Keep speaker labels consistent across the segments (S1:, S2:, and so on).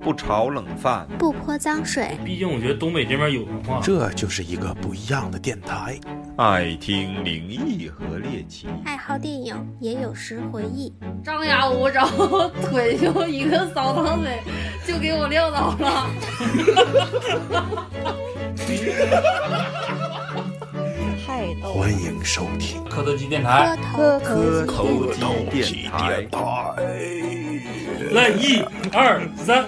S1: 不炒冷饭，
S2: 不泼脏水，
S3: 毕竟我觉得东北这边有文化。
S4: 这就是一个不一样的电台。
S1: 爱听灵异和猎奇。
S2: 爱好电影，也有时回忆。
S5: 张牙舞爪， 腿就一个扫堂腿，就给我撂倒了。
S6: 太逗了
S4: 欢迎收听
S3: 磕头机电台，
S2: 磕头
S1: 磕
S4: 磕
S1: 头
S4: 头
S1: 机
S4: 皮
S1: 电台
S4: 电，台。
S3: 来一二三，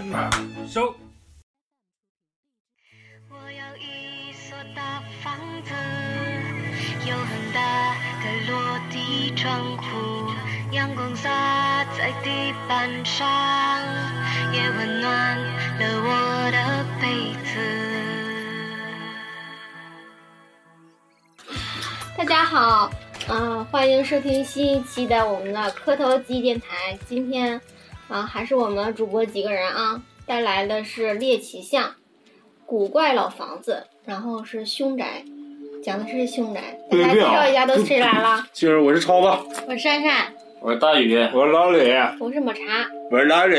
S3: 收。
S7: 我有一所大房子，有很大的落地窗户，阳光洒在地板上，也温暖了我的被子。
S5: 大家好，嗯、欢迎收听新一期的我们的磕头机电台。今天，啊、还是我们主播几个人啊，带来的是猎奇巷、古怪老房子，然后是凶宅，讲的是凶宅。给大家介绍一下都谁来了？
S8: 就是我是超子，
S5: 我是珊珊，
S3: 我是大宇，
S8: 我是老李，
S5: 我是抹茶，
S8: 我是老李，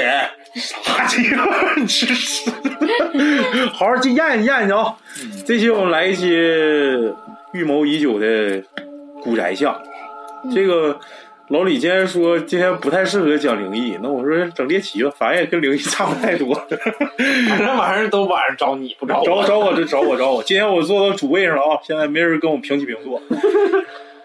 S8: 啥鸡巴？你吃屎！好好去验一验去啊！
S9: 嗯
S8: 这期我们来一期预谋已久的古宅巷。
S5: 嗯
S8: 这个老李今天说今天不太适合讲灵异，那我说整猎奇吧，反正也跟灵异差不太多。
S9: 反正玩意儿都晚上找你不找
S8: 找我找我这找我找我，今天我坐到主位上了啊，现在没人跟我平起平 坐。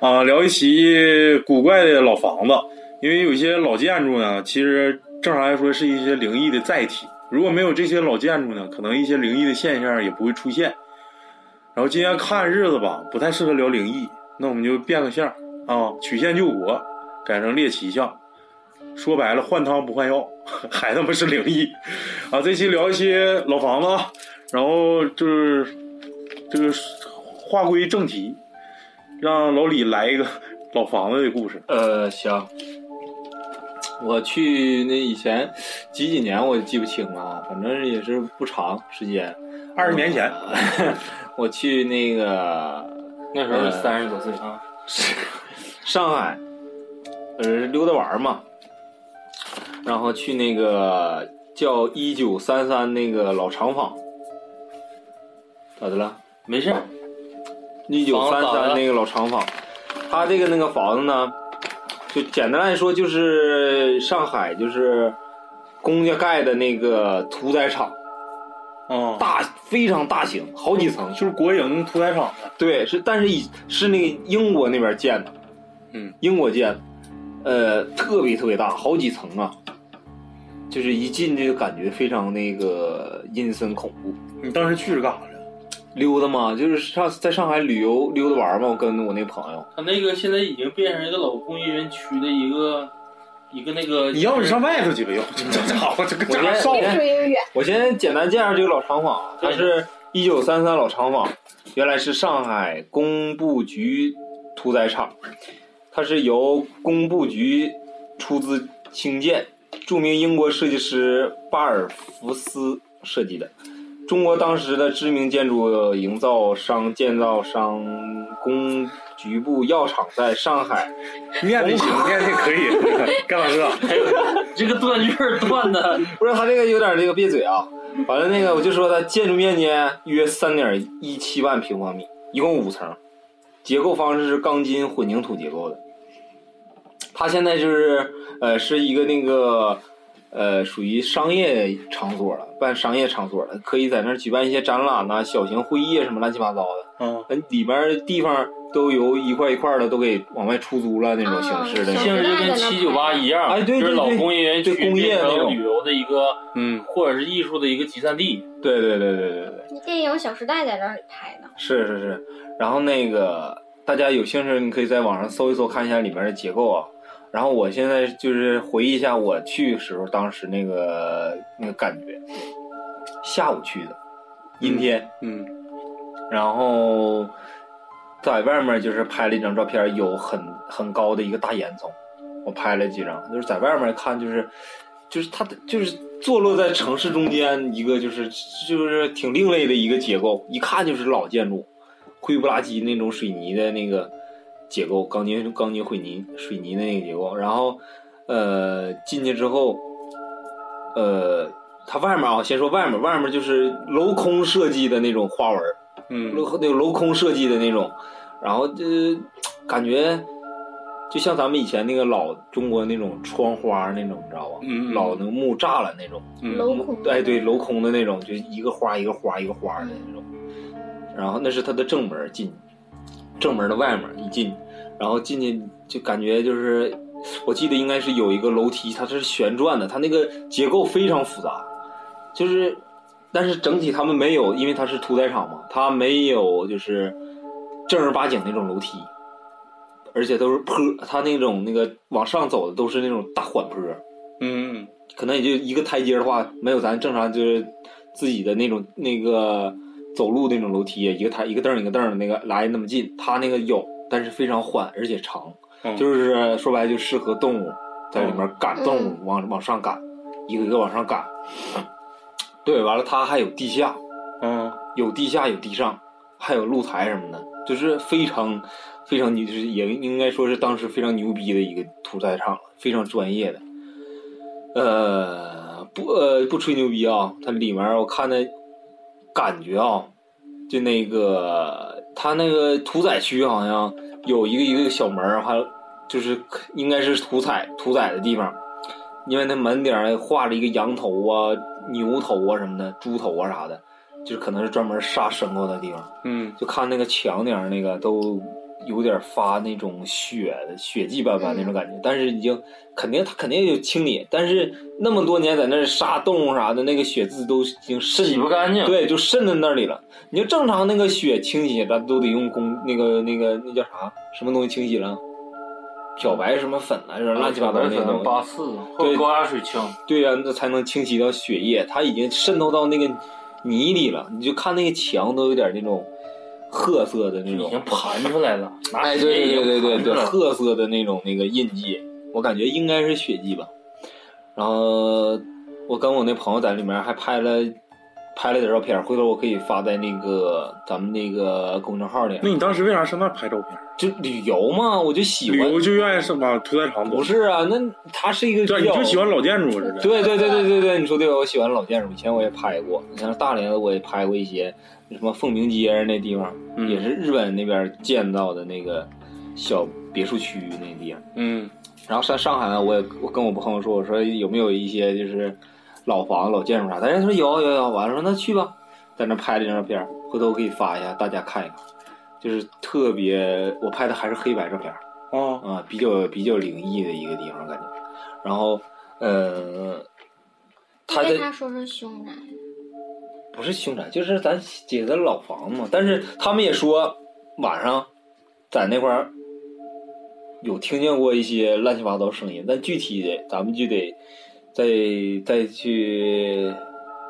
S8: 啊，聊一期古怪的老房子，因为有一些老建筑呢，其实正常来说是一些灵异的载体。如果没有这些老建筑呢，可能一些灵异的现象也不会出现。然后今天看日子吧，不太适合聊灵异，那我们就变个相啊，曲线救国，改成猎奇相。说白了，换汤不换药， 还他妈是灵异啊！这期聊一些老房子啊，然后就是这个话归正题，让老李来一个老房子的故事。
S9: 呃，行。我去那以前几几年我记不清了啊，反正也是不长时间。
S8: 二十年前，
S9: 我去那个
S3: 那
S9: 时候
S3: 三十多岁啊，
S9: 上海，呃，溜达玩儿嘛，然后去那个叫一九三三那个老厂坊，咋的了？
S3: 没事儿。
S9: 一九
S3: 房
S9: 三
S3: 子咋的了
S9: 三那个老厂坊，他这个那个房子呢，就简单来说就是上海就是公家盖的那个屠宰场，
S8: 啊，
S9: 大非常大型，好几层。
S8: 就是国营屠宰场的。
S9: 对，是但是以是那个英国那边建的，
S8: 嗯，
S9: 英国建的，呃，特别特别大，好几层啊，就是一进去就感觉非常那个阴森恐怖。
S8: 你当时去是干啥的？
S9: 溜达嘛，就是上在上海旅游溜达玩儿嘛，我跟我那朋友，
S3: 他那个现在已经变成一个老工业园区的一个一个那个。
S8: 你要是上外头去呗，要不这家伙这个家伙
S9: 我
S8: 少
S9: 这
S5: 越说越远。
S9: 我先简单介绍这个老厂坊啊，它
S3: 对
S9: 是一九三三老厂坊，原来是上海工部局屠宰场，它是由工部局出资兴建，著名英国设计师巴尔福斯设计的。中国当时的知名建筑营造商、建造商工局部药厂在上海
S8: 面的行，面的可以，干啥事？
S3: 哎呦， 这个断句儿断 的，
S9: 不是他这个有点这个闭嘴啊。完了那个我就说它建筑面积约三点一七万平方米，一共五层，结构方式是钢筋混凝土结构的。它现在就是呃是一个那个呃属于商业场所了，办商业场所了，可以在那儿举办一些展览呐、小型会议啊什么乱七八糟的。
S8: 啊，
S9: 嗯，里边儿地方都由一块一块的都给往外出租了那种形式的。
S5: 啊
S3: 性质就跟七九八一样，
S9: 哎对对对
S3: 就是老工业园区
S9: 对工业
S3: 变成
S9: 那种
S3: 旅游的一个
S9: 嗯，
S3: 或者是艺术的一个集散地。
S9: 对对对对对对。
S5: 你电影《小时代》在这里拍的，
S9: 是是是，然后那个大家有兴趣，你可以在网上搜一搜，看一下里面的结构啊。然后我现在就是回忆一下我去时候当时那个那个感觉，下午去的，阴天，
S8: 嗯，
S9: 然后在外面就是拍了一张照片，有很很高的一个大烟囱，我拍了几张，就是在外面看，就是就是它的就是坐落在城市中间一个就是就是挺另类的一个结构，一看就是老建筑，灰不拉几那种水泥的那个结构，钢筋钢筋混凝水泥的那个结构，然后呃进去之后，呃它外面啊，先说外面，外面就是镂空设计的那种花纹，
S8: 嗯，
S9: 镂那个镂空设计的那种，然后呃，感觉就像咱们以前那个老中国那种窗花那种，你知道吧？
S8: 嗯嗯
S9: 老那个木栅栏那种，
S8: 嗯
S5: 镂空
S9: 哎，对，镂空的那种，就一个花一个花一个花的那种。然后那是它的正门进，正门的外面一进，然后进去就感觉就是，我记得应该是有一个楼梯，它是旋转的，它那个结构非常复杂，就是，但是整体他们没有，因为它是屠宰场嘛，它没有就是正儿八经那种楼梯。而且都是坡，它那种那个往上走的都是那种大缓坡，
S8: 嗯
S9: 可能也就一个台阶的话，没有咱正常就是自己的那种那个走路那种楼梯，一个台一个凳儿一个凳儿的那个来那么近，它那个有，但是非常缓而且长，
S8: 嗯，
S9: 就是是说白了就适合动物在里面赶动物往往上赶，一个一个往上赶。 对，完了它还有地下，
S8: 嗯
S9: 有地下有地上，还有露台什么的，就是非常非常牛，就是也应该说是当时非常牛逼的一个屠宰场，非常专业的。呃，不呃不吹牛逼啊，它里面我看的感觉啊，就那个它那个屠宰区好像有一个一个小门儿，还有就是应该是屠宰屠宰的地方，因为那门顶儿画了一个羊头啊、牛头啊什么的，猪头啊啥的。就是可能是专门杀牲口的地方，
S8: 嗯
S9: 就看那个墙顶儿那个都有点发那种血的血迹斑斑那种感
S3: 嗯
S9: 觉，但是已经肯定他肯定有清理，但是那么多年在那儿杀动物啥的，那个血渍都已经渗
S3: 洗不干净。，
S9: 对，就渗在那里了。你就正常那个血清洗，咱都得用工那个那个那叫啥什么东西清洗了，漂白什么粉啊，就是乱七八糟那种
S3: 八四或
S9: 对
S3: 者高压水枪，
S9: 对呀、那才能清洗掉血液，它已经渗透到那个泥里了。你就看那个墙都有点那种褐色的那
S3: 已
S9: 种，
S3: 经盘出来了。拿
S9: 哎，
S3: 铁
S9: 对
S3: 已经
S9: 对对对
S3: 盘
S9: 对
S3: 出
S9: 对，
S3: 来了
S9: 褐色的那种那个印记，我感觉应该是血迹吧。然后我跟我那朋友在里面还拍了拍了点照片，回头我可以发在那个咱们那个公众号里。
S8: 那你当时为啥上那儿拍照片？
S9: 就旅游嘛，我就喜
S8: 旅
S9: 欢。
S8: 游就愿意上往屠宰场走
S9: 不？是啊，那它是一个
S8: 对，你
S9: 比较
S8: 就喜欢老建筑似的。
S9: 对对对对对对，你说对，我喜欢老建筑，以前我也拍过，你像大连我也拍过一些什么凤鸣街那地方，
S8: 嗯
S9: 也是日本那边建造的那个小别墅区那地方。
S8: 嗯
S9: 然后上上海呢，我也我跟我朋友说，我说有没有一些就是老房老建筑啥？大家说有有有，完了说那去吧，在那拍了一张照片，回头我可以发一下，大家看一看。就是特别，我拍的还是黑白照片，
S8: 啊
S9: 啊，比较比较灵异的一个地方感觉。然后，呃，他
S5: 被
S9: 的
S5: 他说是凶宅，
S9: 不是凶宅，就是咱姐的老房嘛。但是他们也说晚上在那块儿有听见过一些乱七八糟声音，但具体的咱们就得再再去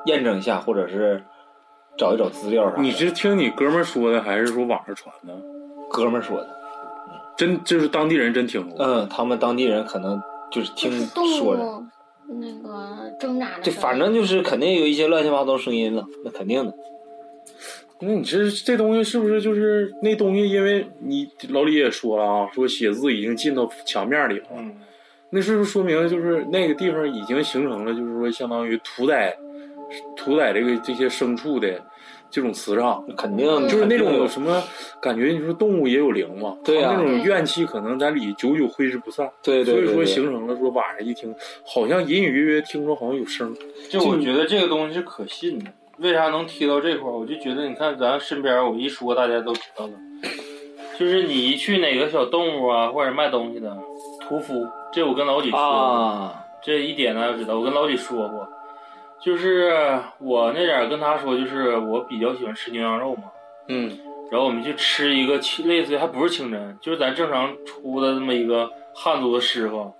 S9: 验证一下，或者是找一找资料啥的。
S8: 你是听你哥们儿说的，还是说网上传的？
S9: 哥们儿说的，
S8: 真就是当地人真听说过。
S9: 嗯，他们当地人可能就是听
S5: 就是动
S9: 说的。
S5: 物那个挣扎的声音。
S9: 对，反正就是肯定有一些乱七八糟声音了，那肯定的。
S8: 那你这这东西是不是就是那东西？因为你老李也说了啊，说写字已经进到墙面里了，
S9: 嗯，
S8: 那是不是说明就是那个地方已经形成了，就是说相当于屠宰屠宰这个这些牲畜的这种磁场？
S9: 肯定
S5: 嗯
S8: 就是那
S9: 肯
S8: 种
S9: 定
S8: 有
S9: 有
S8: 什么感觉？你说动物也有灵嘛？
S9: 对啊
S8: 它那种
S5: 对
S8: 怨气可能在里久久挥之不散，
S9: 对对
S8: 所
S9: 对对
S8: 以说
S9: 对
S8: 形成了说晚上一听，好像隐隐约约听着好像有声
S9: 嗯
S8: 儿。
S3: 就我觉得这个东西是可信的。为啥能提到这块儿？我就觉得，你看咱身边，我一说大家都知道了，就是你一去哪个小动物啊，或者卖东西的屠夫，这我跟老几说过，
S9: 啊，
S3: 这一点呢，我知道，我跟老李说过，就是我那点儿跟他说，就是我比较喜欢吃牛羊肉嘛，
S8: 嗯
S3: 然后我们去吃一个清类似于还不是清真，就是咱正常出的那么一个汉族的师傅，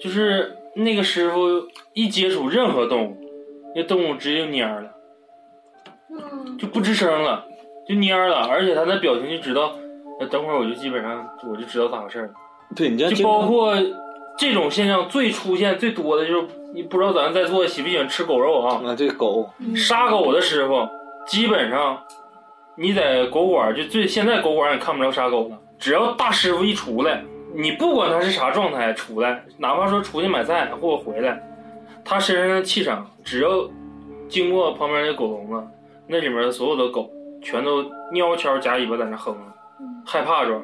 S3: 就是那个师傅一接触任何动物，那动物直接就蔫儿了，
S5: 嗯，
S3: 就不吱声了，就蔫儿了，而且他那表情就知道，呃等会儿我就基本上我就知道咋回事儿了。
S9: 对你这
S3: 就包括这种现象最出现最多的就是，你不知道咱在座喜不喜欢吃狗肉啊？
S9: 啊，这狗
S3: 杀狗的师傅基本上，你在狗馆儿就最现在狗馆儿也看不着杀狗了，只要大师傅一出来，你不管他是啥状态出来，哪怕说出去买菜或回来，它身上的气场只要经过旁边那狗笼子，那里面的所有的狗全都喵悄夹尾巴在那哼了，害怕着。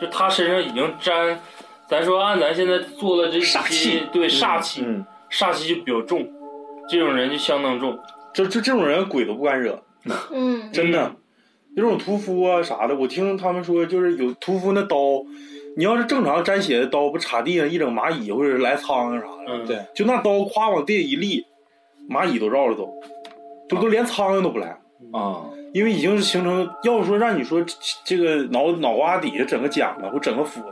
S3: 就它身上已经沾，咱说按咱现在做的这些
S8: 煞气
S3: 对煞气，
S8: 嗯，
S3: 煞气就比较重，这种人就相当重。
S8: 这这这种人鬼都不敢惹，
S5: 嗯，
S8: 真的。就这种屠夫啊啥的，我听他们说，就是有屠夫那刀，你要是正常沾血的刀，不插地上一整蚂蚁或者是来苍蝇啥的，
S3: 嗯，
S9: 对
S8: 就那刀夸往地下一立，蚂蚁都绕着走，就都连苍蝇都不来，
S9: 啊，
S8: 因为已经是形成，要说让你说这这个脑脑瓜底下整个茧子或整个斧子，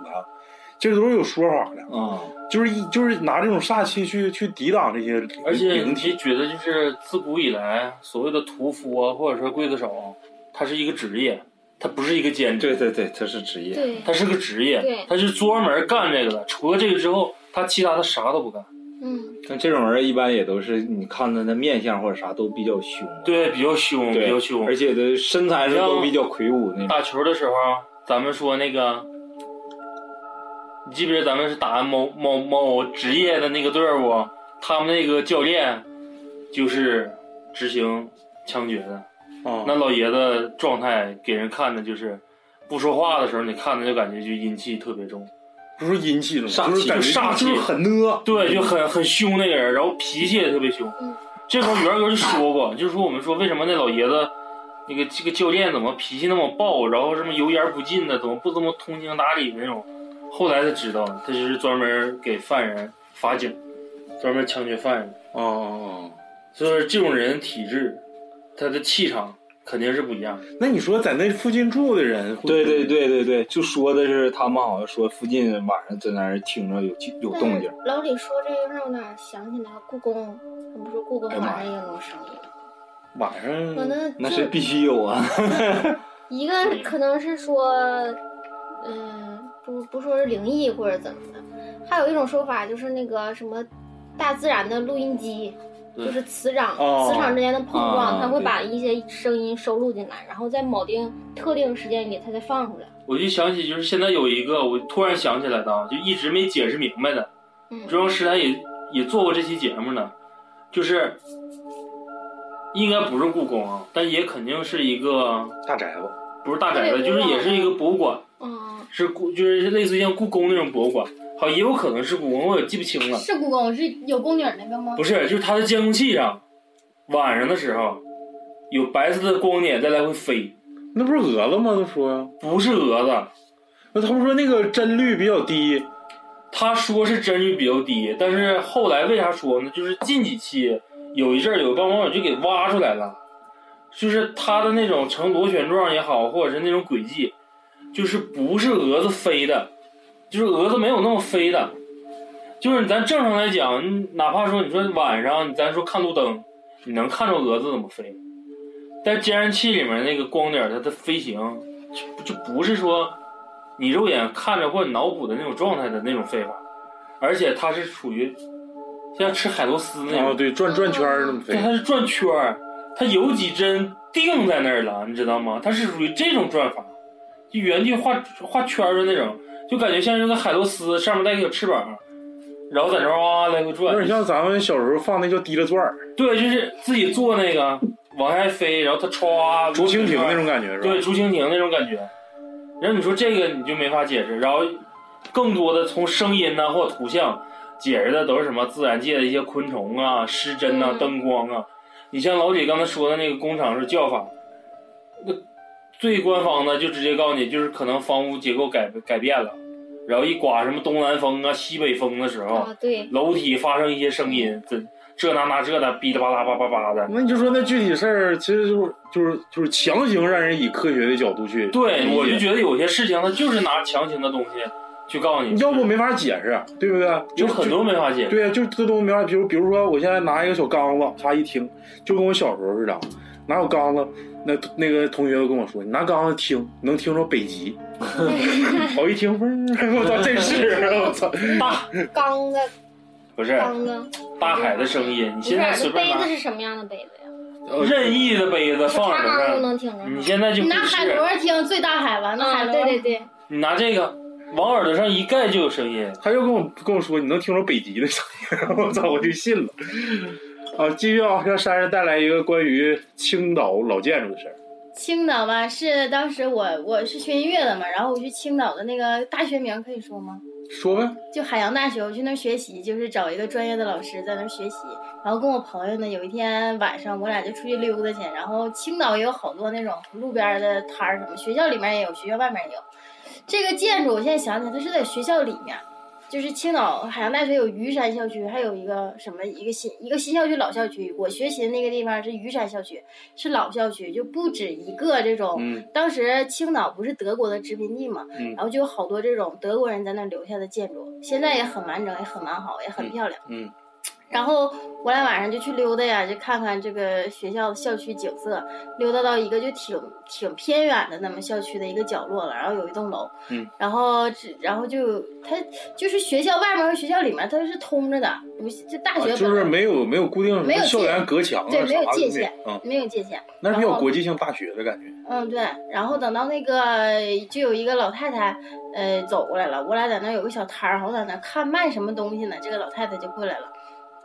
S8: 这都是有说法的，
S9: 啊，
S8: 就是一就是拿这种煞气去去抵挡这些灵
S3: 而且
S8: 灵
S3: 你
S8: 体，
S3: 觉得就是自古以来所谓的屠夫啊，或者说刽子手啊，它是一个职业，它不是一个兼职，
S9: 对对对，他是职业，
S5: 对，
S3: 它是个职业
S5: 对，
S3: 它是专门干这个的。除了这个之后，他其他的啥都不干。
S5: 嗯，
S9: 但这种人一般也都是你看他的面相或者啥都比较凶，啊
S3: 对，比较凶，比
S9: 对
S3: 较，凶
S9: 而。且的身材是都比较魁梧那种。
S3: 打球的时候，咱们说那个，你记不记得咱们是打某某某职业的那个队伍，他们那个教练就是执行枪决的。
S8: 啊，
S3: 那老爷子状态给人看的就是，不说话的时候，你看他就感觉就阴气特别重，
S8: 不是阴气了吗，
S9: 煞
S8: 就是
S9: 气
S8: 感觉
S3: 煞气
S8: 就是很呢，
S3: 对，就很很凶那个人，然后脾气也特别凶
S5: 嗯。
S3: 这时候元哥就说过，就是说我们说为什么那老爷子，那个这个教练怎么脾气那么暴，然后什么油盐不进的，怎么不怎么通情达理那种。后来才知道，他就是专门给犯人法警，专门枪决犯人。
S8: 啊啊啊！
S3: 所以说这种人体质，他的气场肯定是不一样的。
S8: 那你说在那附近住的人，
S9: 对对，对对对，就说的是他们好像说附近晚上在那儿听着有气有动静，
S5: 老李说这个让我哪儿想起来故宫，我们说故宫晚上也能上瘾。
S8: 晚上
S5: 可能
S9: 那
S5: 就是
S9: 必须有啊。
S5: 一个可能是说，嗯，不不说是灵异或者怎么的，还有一种说法就是那个什么大自然的录音机，
S3: 对
S5: 就是磁场、
S8: 哦
S5: 磁场之间的碰撞，
S9: 啊
S5: 它会把一些声音收录进来，然后在某定特定时间里它再放出来。
S3: 我就想起，就是现在有一个，我突然想起来的啊，就一直没解释明白的。
S5: 嗯
S3: 中央十台也也做过这期节目呢，就是应该不是故宫啊，但也肯定是一个
S8: 大宅子，
S3: 不是大宅子，
S5: 对
S3: 就是也是一个博物馆，
S5: 嗯，
S3: 是故就是类似于像故宫那种博物馆，好也有可能是故宫，我也记不清了。
S10: 是故宫是有宫女儿那个吗？
S3: 不是，就是它的监控器上，晚上的时候有白色的光点在来回飞，
S8: 那不是蛾子吗？都说，
S3: 不是蛾子，
S8: 那他们说那个帧率比较低，
S3: 他说是帧率比较低，但是后来为啥说呢？就是近几期有一阵儿有帮网友就给挖出来了，就是他的那种呈螺旋状也好，或者是那种轨迹，就是不是蛾子飞的，就是蛾子没有那么飞的，就是咱正常来讲，你哪怕说你说晚上咱说看路灯，你能看着蛾子怎么飞，但监视器里面那个光点儿它的飞行就就不是说你肉眼看着或者脑补的那种状态的那种飞法，而且它是属于像吃海螺丝那
S8: 然后
S9: 哦
S3: 种，
S8: 对转转圈儿那么飞
S3: 对，，它是转圈儿，它有几针定在那儿了，你知道吗？它是属于这种转法，就原地画画圈儿的那种，就感觉像是个海螺丝上面带个小翅膀，然后在那儿哇哇来回转，
S8: 有点像咱们小时候放那叫滴了转儿，
S3: 对，就是自己做那个往下飞，然后它歘，
S8: 竹蜻蜓那种感觉是吧？
S3: 对，竹蜻蜓那种感觉。然后你说这个你就没法解释，然后更多的从声音呐、或图像解释的都是什么自然界的一些昆虫啊、失真呐、
S5: 嗯
S3: 灯光啊。你像老李刚才说的那个工厂式叫法，那最官方的就直接告诉你，就是可能房屋结构改改变了，然后一刮什么东南风啊、西北风的时候，
S5: 啊，对，
S3: 楼体发生一些声音，这这那那这的，哔哩吧啦吧吧吧的。
S8: 那你就说那具体事儿，其实就是就是就是强行让人以科学的角度去，
S3: 对，我就觉得有些事情它就是拿强行的东西去告诉你，
S8: 要不没法解释，对不对？
S3: 有
S8: 就
S3: 很多没法解
S8: 就
S3: 释。
S8: 对呀，啊就这东西没法，比如比如说我现在拿一个小缸子，他一听就跟我小时候似的，拿小缸子，那那个同学都跟我说，你拿缸子听能听着北极，我一听，嗡我操，这是我操，
S3: 大
S5: 缸子
S3: 不是
S5: 缸子，
S3: 大海的声音，你
S5: 不
S3: 现
S5: 是
S3: 在随
S5: 那
S3: 便
S5: 杯子
S3: 拿呃
S5: 是什么样的杯子呀？
S3: 任意的杯子放
S5: 他
S3: 耳朵上，
S5: 缸都能听着吗
S3: 你现在就不
S10: 你拿海
S3: 是
S10: 螺听最大海吧，那海
S5: 啊，
S10: 螺
S5: 对对对，
S3: 你拿这个，往耳朵上一盖就有声音。
S8: 他又跟我跟我说你能听着北极的声音，我操，我就信了。啊，继续啊，让珊珊带来一个关于青岛老建筑的事儿。
S10: 青岛吧，是当时我我是学音乐的嘛，然后我去青岛的那个大学名可以说吗？
S8: 说呗，
S10: 就海洋大学，我去那儿学习，就是找一个专业的老师在那儿学习。然后跟我朋友呢，有一天晚上我俩就出去溜达去，然后青岛也有好多那种路边的摊儿什么，学校里面也有，学校外面也有。这个建筑我现在想起来，它是在学校里面，就是青岛海洋大学有鱼山校区，还有一个什么一个新一个新校区老校区。我学习的那个地方是鱼山校区，是老校区，就不止一个这种。
S8: 嗯
S10: 当时青岛不是德国的殖民地嘛，
S8: 嗯
S10: 然后就有好多这种德国人在那留下的建筑，现在也很完整，也很完好，也很漂亮。
S8: 嗯
S10: 然后我俩晚上就去溜达呀，就看看这个学校的校区景色。溜达到一个就挺挺偏远的那么校区的一个角落了，然后有一栋楼，
S8: 嗯，
S10: 然后只然后就它就是学校外面和学校里面它是通着的，不是就大
S8: 啊
S10: 学本来、
S8: 就是没有没有固定什
S10: 没
S8: 么
S10: 有界
S8: 校园隔墙啊，
S10: 对没有
S8: 啥的
S10: 界限
S8: 嗯，
S10: 没有界限。
S8: 那是比
S10: 然
S8: 较
S10: 后
S8: 国际性大学的感觉。
S10: 嗯，对。然后等到那个就有一个老太太，呃，走过来了，我俩在那儿有个小摊儿，我在那儿看卖什么东西呢，这个老太太就过来了。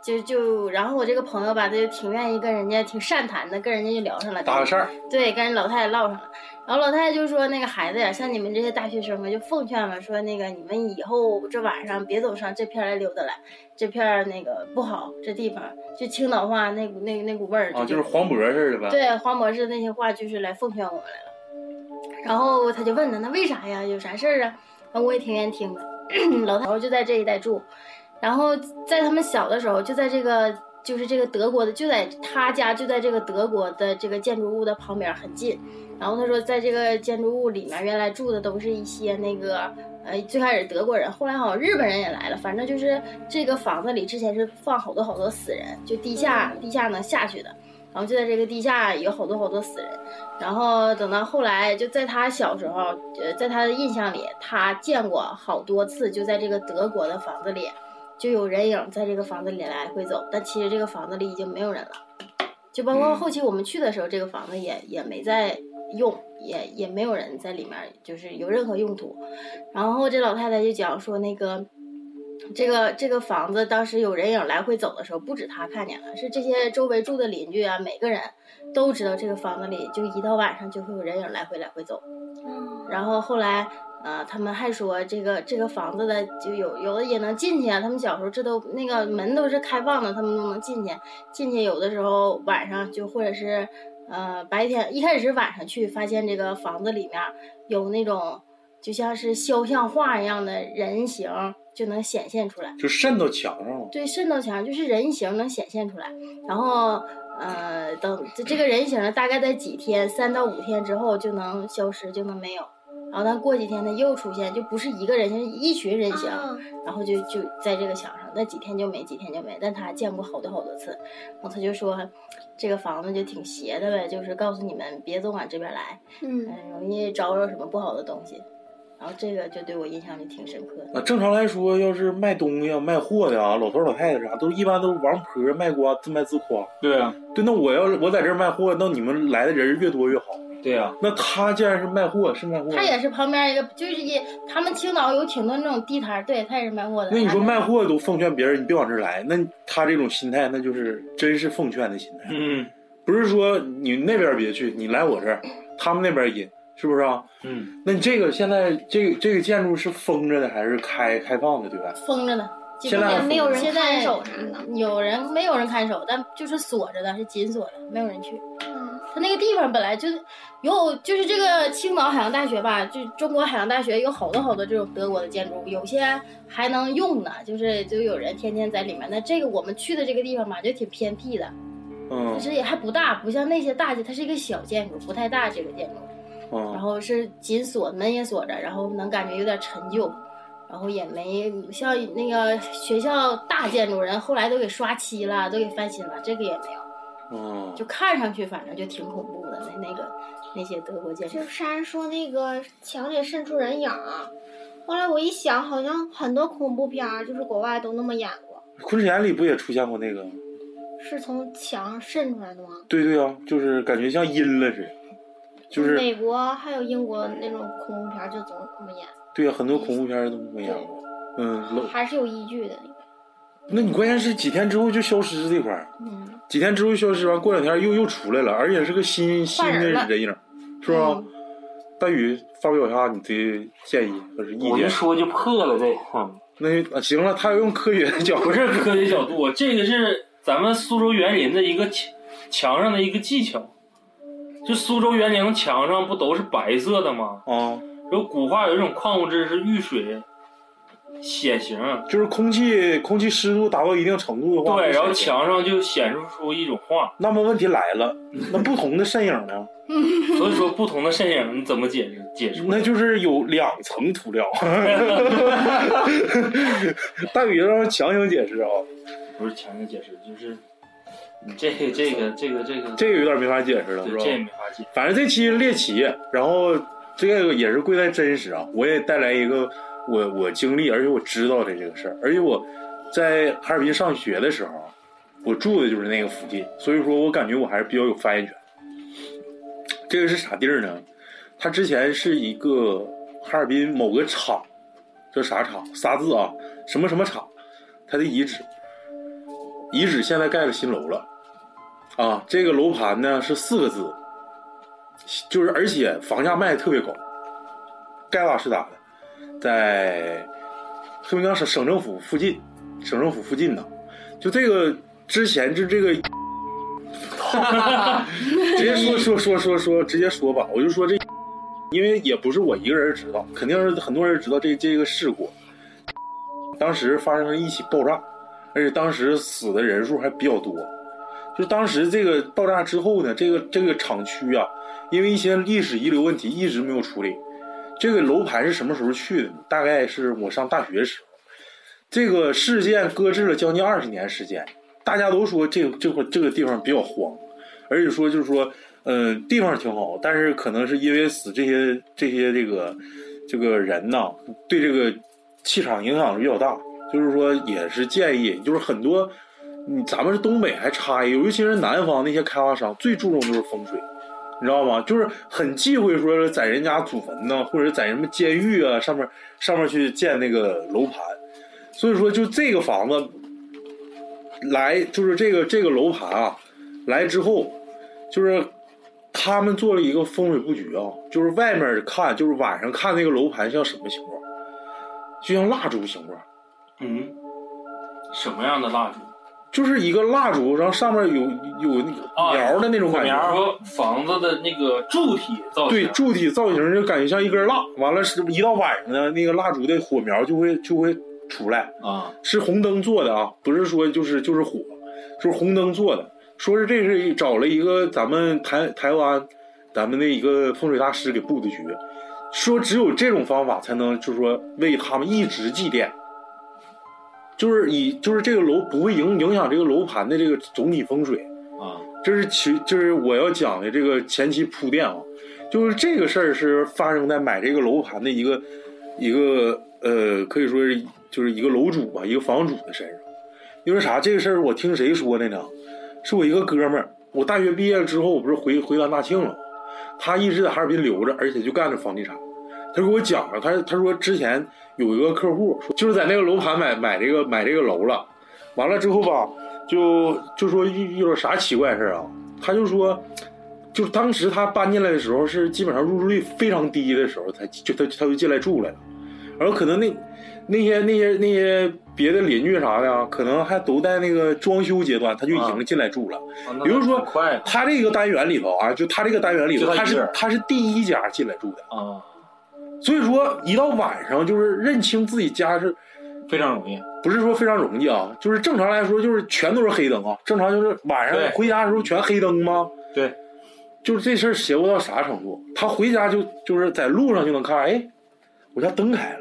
S10: 就就，然后我这个朋友吧，他就挺愿意跟人家挺善谈的，跟人家就聊上了，
S8: 搭个讪儿，
S10: 对，跟人老太太唠上了。然后老太太就说：“那个孩子呀，像你们这些大学生啊，就奉劝吧，说那个你们以后这晚上别总上这片儿来溜达来，这片儿那个不好，这地方就青岛话那股那那股味儿。”
S8: 啊，就是黄渤似的呗。
S10: 对黄渤式那些话就是来奉劝我们来了。然后他就问他，那为啥呀？有啥事儿啊？然后我也挺愿意听的。 老头儿就在这一带住，然后在他们小的时候，就在这个就是这个德国的，就在他家就在这个德国的这个建筑物的旁边很近。然后他说，在这个建筑物里面，原来住的都是一些那个。呃，最开始德国人，后来好像日本人也来了。反正就是这个房子里之前是放好多好多死人，就地下地下能下去的。然后就在这个地下有好多好多死人，然后等到后来，就在他小时候，呃，在他的印象里，他见过好多次，就在这个德国的房子里，就有人影在这个房子里来回走，但其实这个房子里已经没有人了，就包括
S8: 嗯
S10: 后期我们去的时候，这个房子也也没在用，也也没有人在里面，就是有任何用途。然后这老太太就讲说那个。这个这个房子当时有人影来回走的时候，不止她看见了，是这些周围住的邻居啊，每个人都知道这个房子里就一到晚上就会有人影来回来回走。然后后来，呃，他们还说这个这个房子的就有有的也能进去啊，他们小时候这都那个门都是开放的，他们都能进去。进去有的时候晚上就或者是呃白天，一开始是晚上去，发现这个房子里面有那种就像是肖像画一样的人形，就能显现出来。
S8: 就渗到墙上了。
S10: 对，渗透墙就是人形能显现出来，然后呃，等这这个人形呢，大概在几天，三到五天之后就能消失，就能没有。然后但过几天它又出现，就不是一个人形，一群人形，
S5: 啊
S10: 然后就就在这个墙上，那几天就没，几天就没。但他见过好多好多次，然后他就说，这个房子就挺邪的呗，就是告诉你们别总往这边来，嗯
S2: 嗯，，
S10: 容易招惹什么不好的东西。然后这个就对我印象就挺深刻的。
S8: 啊，正常来说，要是卖东西啊、卖货的啊，老头儿老太太啥，都一般都是王婆卖瓜，自卖自夸。
S9: 对啊，
S8: 对，那我要是我在这儿卖货，那你们来的人越多越好。
S9: 对啊，
S8: 那他既然是卖货，是卖货，
S10: 他也是旁边一个，就是一他们青岛有挺多那种地摊儿，对他也是卖货的。
S8: 那你说卖货都奉劝别人，你别往这儿来，那他这种心态，那就是真是奉劝的心态，
S9: 嗯
S8: 不是说你那边儿别去，你来我这儿，他们那边儿也是不是啊？
S9: 嗯，
S8: 那你这个现在这个这个建筑是封着的还是开开放的对外？
S10: 封着呢，基
S8: 现
S10: 本
S8: 在
S10: 上
S8: 还
S10: 没
S8: 没
S10: 有
S8: 有
S10: 人看
S8: 人
S5: 看
S10: 守
S5: 守
S10: 啥
S5: 啥
S10: 的
S5: 的，
S10: 有人没有人看守，但就是锁着的，是紧锁着，没有人去。
S5: 嗯
S10: 他那个地方本来就是有，就是这个青岛海洋大学吧，就中国海洋大学有好多好多这种德国的建筑，有些还能用呢，就是就有人天天在里面。那这个我们去的这个地方吧，就挺偏僻的，
S8: 嗯
S10: 但是也还不大，不像那些大建，它是一个小建筑，不太大这个建筑。然
S8: 嗯，
S10: 后是紧锁，门也锁着，然后能感觉有点陈旧，然后也没像那个学校大建筑人后来都给刷漆了，都给翻新了，这个也没有，
S8: 嗯
S10: 就看上去反正就挺恐怖的那那个那些德国建筑
S5: 就。山人说那个墙里渗出人影儿，啊后来我一想，好像很多恐怖片儿就是国外都那么演过，
S8: 昆池岩里不也出现过那个？
S5: 是从墙上渗出来的吗？
S8: 对对啊，就是感觉像阴了似的，就是
S5: 美国还有英国那种恐怖片儿就总那么演。
S8: 对啊，很多恐怖片儿都没演过。嗯，老
S5: 还是有依据的。
S8: 那你关键是几天之后就消失这块儿，
S5: 嗯，
S8: 几天之后消失完，过两天又又出来了，而且是个新新
S5: 换人
S8: 的
S5: 了
S8: 人影儿，是吧？大宇发表一下你的建议或者意
S3: 我一
S8: 见。
S3: 说就破了这，哼
S8: 那啊行了，他要用科学的角
S3: 不
S8: 度，
S3: 是科学角度，这个是咱们苏州园林的一个墙墙上的一个技巧。就苏州园林墙上不都是白色的吗？
S8: 啊，
S3: 有古画有一种矿物质是遇水显形，啊
S8: 就是空气空气湿度达到一定程度的话，
S3: 对，然后墙上就显示出一种画。
S8: 那么问题来了，那不同的肾影呢？
S3: 所以说，不同的身影你怎么解释？解释不
S8: 那
S3: 了
S8: 就是有两层 涂料。 大宇要强行解释啊，
S3: 不是强行解释，就是你这个这个这个这个
S8: 这个有点没法解释了，是
S3: 对
S8: 吧
S3: 这？也没法解释。
S8: 反正这期猎奇，然后这个也是贵在真实啊，我也带来一个我我经历，而且我知道的这个事儿，而且我在哈尔滨上学的时候，我住的就是那个附近，所以说我感觉我还是比较有发言权。这个是啥地儿呢？它之前是一个哈尔滨某个厂，这啥厂？仨字啊，什么什么厂？它的遗址，遗址现在盖了新楼了，啊，这个楼盘呢是四个字，就是而且房价卖的特别高，该打是打的，在黑龙江省省政府附近，省政府附近呢，就这个之前就这个，直接说说说说说直接说吧，我就说这，因为也不是我一个人知道，肯定是很多人知道这这个事故，当时发生了一起爆炸，而且当时死的人数还比较多。就当时这个爆炸之后呢，这个这个厂区啊，因为一些历史遗留问题一直没有处理。这个楼盘是什么时候去的呢？大概是我上大学时候。这个事件搁置了将近二十年时间，大家都说这这块这个地方比较荒，而且说就是说，嗯、地方挺好，但是可能是因为死这些这些这个这个人呐，对这个气场影响比较大。就是说，也是建议，就是很多，嗯，咱们是东北还差一，尤其是南方那些开发商最注重就是风水。你知道吗？就是很忌讳说是在人家祖坟呐，或者在什么监狱啊上面上面去建那个楼盘，所以说就这个房子来，就是这个这个楼盘啊，来之后，就是他们做了一个风水布局啊，就是外面看，就是晚上看那个楼盘像什么形状，就像蜡烛形状，
S3: 嗯，什么样的蜡烛？
S8: 就是一个蜡烛，然后上面有有那
S3: 啊
S8: 个苗的那种感觉，
S3: 然后房子的那个柱体造型，
S8: 对，柱体造型就感觉像一根蜡，完了是一到晚上呢，那个蜡烛的火苗就会就会出来，
S9: 啊，
S8: 是红灯做的啊，不是说就是就是火，就是红灯做的。说是这是找了一个咱们台台湾咱们的一个风水大师给布的局，说只有这种方法才能就是说为他们一直祭奠，就是以就是这个楼不会影影响这个楼盘的这个总体风水。
S9: 啊，
S8: 这是其就是我要讲的这个前期铺垫啊，就是这个事儿是发生在买这个楼盘的一个一个呃，可以说是就是一个楼主吧，一个房主的身上。因为啥？这个事儿我听谁说的呢？是我一个哥们儿，我大学毕业之后，我不是回回安大庆了吗，他一直在哈尔滨留着，而且就干着房地产。他给我讲了，他他说之前有一个客户，说就是在那个楼盘买买这个买这个楼了，完了之后吧，就就说遇遇到啥奇怪事儿啊？他就说，就是当时他搬进来的时候是基本上入住率非常低的时候，才就他他就进来住来了，然后可能那那些那些那些别的邻居啥的啊，可能还都在那个装修阶段，他就已
S9: 啊
S8: 经进来住了。比如说
S9: 快啊
S8: 他这个单元里头啊，就他这个单元里头，
S9: 就他一
S8: 他
S9: 个
S8: 是
S9: 人
S8: 他是第一家进来住的，
S9: 啊，
S8: 所以说一到晚上就是认清自己家是
S9: 非常容易，
S8: 不是说非常容易啊，就是正常来说就是全都是黑灯啊，正常就是晚上
S9: 对
S8: 回家的时候全黑灯吗？
S9: 对，
S8: 就是这事儿邪乎到啥程度？他回家就就是在路上就能看，哎，我家灯开了，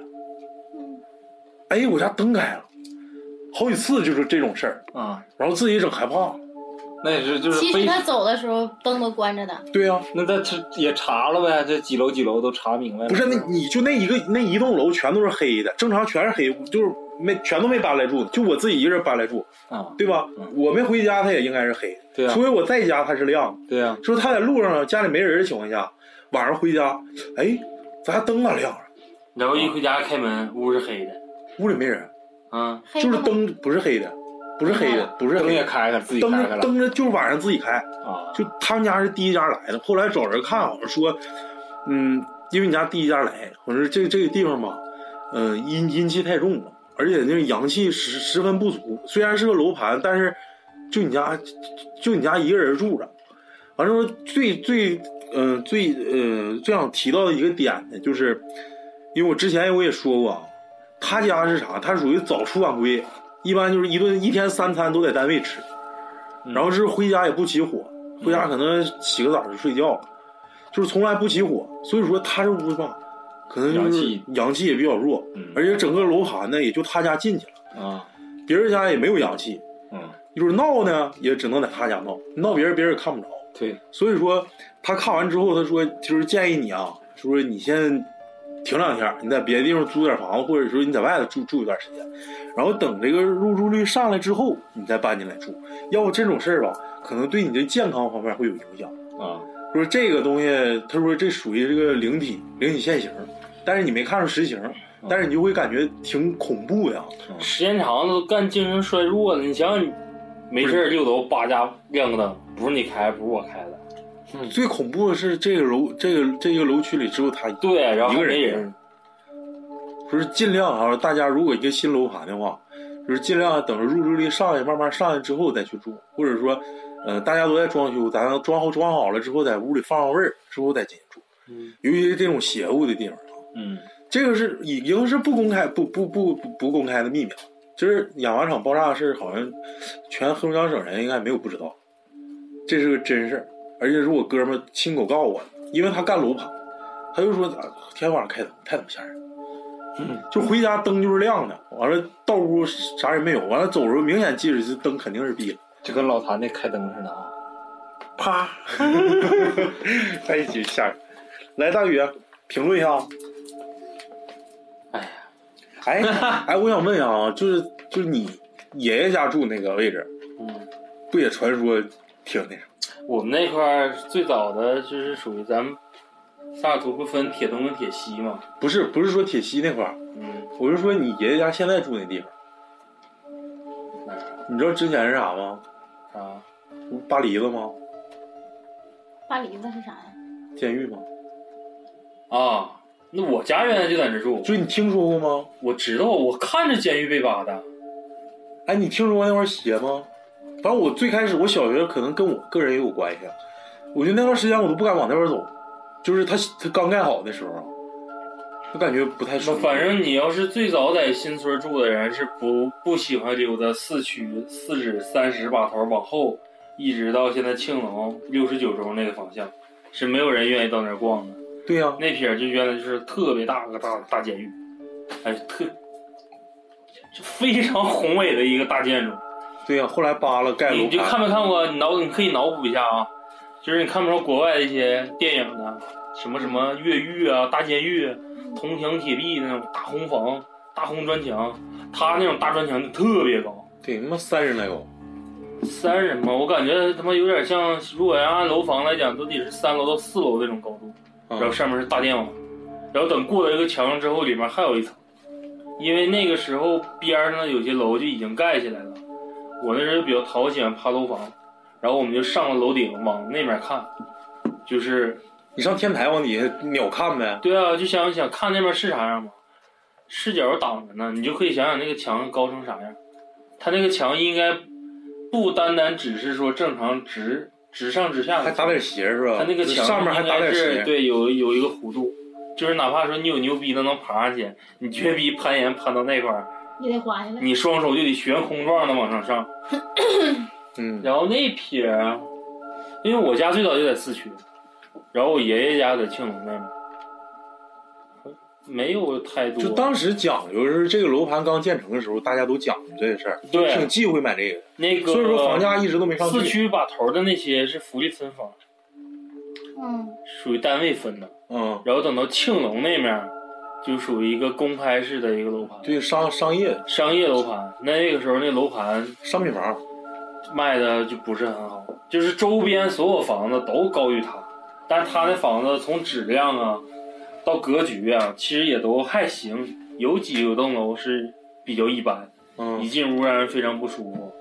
S8: 哎，我家灯开了，好几次就是这种事儿，
S9: 啊，
S8: 然后自己整害怕，
S9: 那也是就是
S10: 其实
S9: 非
S10: 他走的时候灯都关着的，
S8: 对啊呀、
S9: 那他这也查了呗，这几楼几楼都查明白了。
S8: 不是那你就那一个那一栋楼全都是黑的，正常全是黑，就是没全都没搬来住，就我自己一个人搬来住，
S9: 啊，
S8: 对吧？
S9: 嗯
S8: 我没回家，它也应该是黑的，
S9: 对啊
S8: 除非我在家它是亮的。
S9: 对啊呀，
S8: 说他在路上家里没人的情况下，晚上回家，哎，咱家灯咋亮了？
S3: 然后
S9: 啊
S3: 一回家开门，屋是黑的，
S8: 屋里没人，
S3: 啊，
S10: 黑
S8: 就是
S10: 吗嗯
S8: 灯不是黑的，不是黑的，不是
S9: 灯
S8: 黑
S9: 也
S8: 的，
S9: 开开，自己
S8: 灯
S9: 开
S8: 是
S9: 开了
S8: 灯是就是晚上自己开，
S9: 啊。
S8: 就他们家是第一家来的，后来找人看，好像说，嗯，因为你家第一家来，好像是这这个地方吧，嗯、阴阴气太重了，而且那个阳气十十分不足。虽然是个楼盘，但是就你家就你家一个人住着。完了说最最嗯、呃最呃最想提到的一个点呢，就是因为我之前我也说过啊，他家是啥？他属于早出晚归，一般就是一顿一天三餐都在单位吃，
S9: 嗯
S8: 然后是回家也不起火，回家可能洗个澡就睡觉了，就是从来不起火，所以说他这屋吧，可能就
S9: 阳
S8: 是
S9: 气
S8: 阳气也比较弱，
S9: 嗯
S8: 而且整个楼盘呢也就他家进去了，
S9: 啊，
S8: 别人家也没有阳气，
S9: 嗯，
S8: 就是闹呢也只能在他家闹，闹别人别人也看不着。
S9: 对，
S8: 所以说他看完之后，他说就是建议你啊，说你先停两天，你在别的地方租点房，或者说你在外头住住一段时间，然后等这个入住率上来之后，你再搬进来住。要不这种事儿吧，可能对你的健康方面会有影响。
S9: 啊，
S8: 说这个东西，他说这属于这个灵体灵体现形，但是你没看着实形，但是你就会感觉挺恐怖的啊。
S3: 时间长了都干精神衰弱了。你想想，你没事儿六楼八家亮个灯，不是你开，不是我开的，
S8: 最恐怖的是这个楼，这个这个楼区里只有他一个
S3: 对，然后
S8: 一
S3: 还
S8: 个人嗯
S3: 没人，
S8: 就是尽量啊，大家如果一个新楼盘的话，就是尽量等着入住率上去，慢慢上去之后再去住，或者说，呃，大家都在装修，咱装好装好了之后，在屋里放放味儿之后再进去住。
S3: 嗯，
S8: 尤其是这种邪乎的地方啊，
S9: 嗯，
S8: 这个是已经是不公开、不不不不不公开的秘密了。就是养马场爆炸的事，好像全黑龙江省人应该没有不知道，这是个真事儿。而且是我哥们儿亲口告诉我的，因为他干楼盘，他就说咋天晚上开灯太他妈吓人了。就回家灯就是亮的，完了到屋啥也没有，完了走的时候明显记着这灯肯定是闭了，
S9: 就跟老谭那开灯似的啊。
S8: 啪，在一起吓人。来，大宇评论一下啊。
S3: 哎呀，
S8: 哎哎，我想问一下啊，就是就是你爷爷家住那个位置，
S3: 嗯，
S8: 不也传说挺那啥？
S3: 我们那块儿最早的就是属于咱们萨尔图不分铁东跟铁西嘛，
S8: 不是不是说铁西那块儿，
S3: 嗯，
S8: 我是说你爷爷家现在住那地方。
S3: 哪儿
S8: 你知道之前是啥吗？
S3: 啊？
S8: 巴黎子吗？
S10: 巴黎子是啥呀？
S8: 监狱吗？
S3: 啊，那我家原来就在那住，
S8: 就你听说过吗？
S3: 我知道，我看着监狱被扒的，
S8: 哎，你听说过那块儿邪吗？反正我最开始，我小学可能跟我个人也有关系啊。我觉得那段时间我都不敢往那边走，就是他他刚盖好的时候啊，我感觉不太舒服。
S3: 反正你要是最早在新村住的人，是不不喜欢溜达四区四指三十把头往后，一直到现在庆隆六十九中那个方向，是没有人愿意到那儿逛的。
S8: 对呀、
S3: 那撇儿就原来就是特别大个大大监狱，哎，特就非常宏伟的一个大建筑。
S8: 对呀、后来扒了盖楼
S3: 你就看
S8: 盘，
S3: 没看过？你脑你可以脑补一下啊，就是你看不着国外的一些电影呢，什么什么越狱啊、大监狱、铜墙铁壁那种大红房、大红砖墙，他那种大砖墙就特别高，
S8: 对他妈三十来高，
S3: 三人嘛，我感觉他妈有点像，如果要按楼房来讲，都得是三楼到四楼那种高度，
S8: 啊
S3: 然后上面是大电网，然后等过了这个墙之后，里面还有一层，因为那个时候边上有些楼就已经盖起来了。我那时候比较淘，喜欢爬楼房，然后我们就上了楼顶，往那边看，就是
S8: 你上天台往底下鸟看呗。
S3: 对啊，就想想看那边是啥样嘛，视角挡着呢，你就可以想想那个墙高成啥样。它那个墙应该不单单只是说正常直直上直下的，
S8: 还打点斜是吧？
S3: 它那个墙
S8: 嗯上面还打
S3: 应该
S8: 点
S3: 是
S8: 斜，
S3: 对，有有一个弧度，就是哪怕说你有牛逼的能爬上去，你绝逼攀岩攀到那块儿，
S10: 也得滑下来。
S3: 你双手就得悬空状的往上上。
S8: 嗯，
S3: 然后那撇儿，因为我家最早就在四区，然后我爷爷家在庆隆那边，没有太多。
S8: 就当时讲究是这个楼盘刚建成的时候，大家都讲究这个事儿，
S3: 对
S8: 挺忌讳买这个的，
S3: 那个，
S8: 所以说房价一直都没上去。
S3: 四区把头的那些是福利分房，
S10: 嗯，
S3: 属于单位分的。
S8: 嗯，
S3: 然后等到庆隆那面儿，就属于一个公开式的一个楼盘，
S8: 对商商业
S3: 商业楼盘。那个时候那楼盘
S8: 商品房。
S3: 卖的就不是很好，就是周边所有房子都高于它，但它那房子从质量啊，到格局啊，其实也都还行，有几个栋楼是比较一般，一
S8: 嗯，
S3: 进屋让人非常不舒服。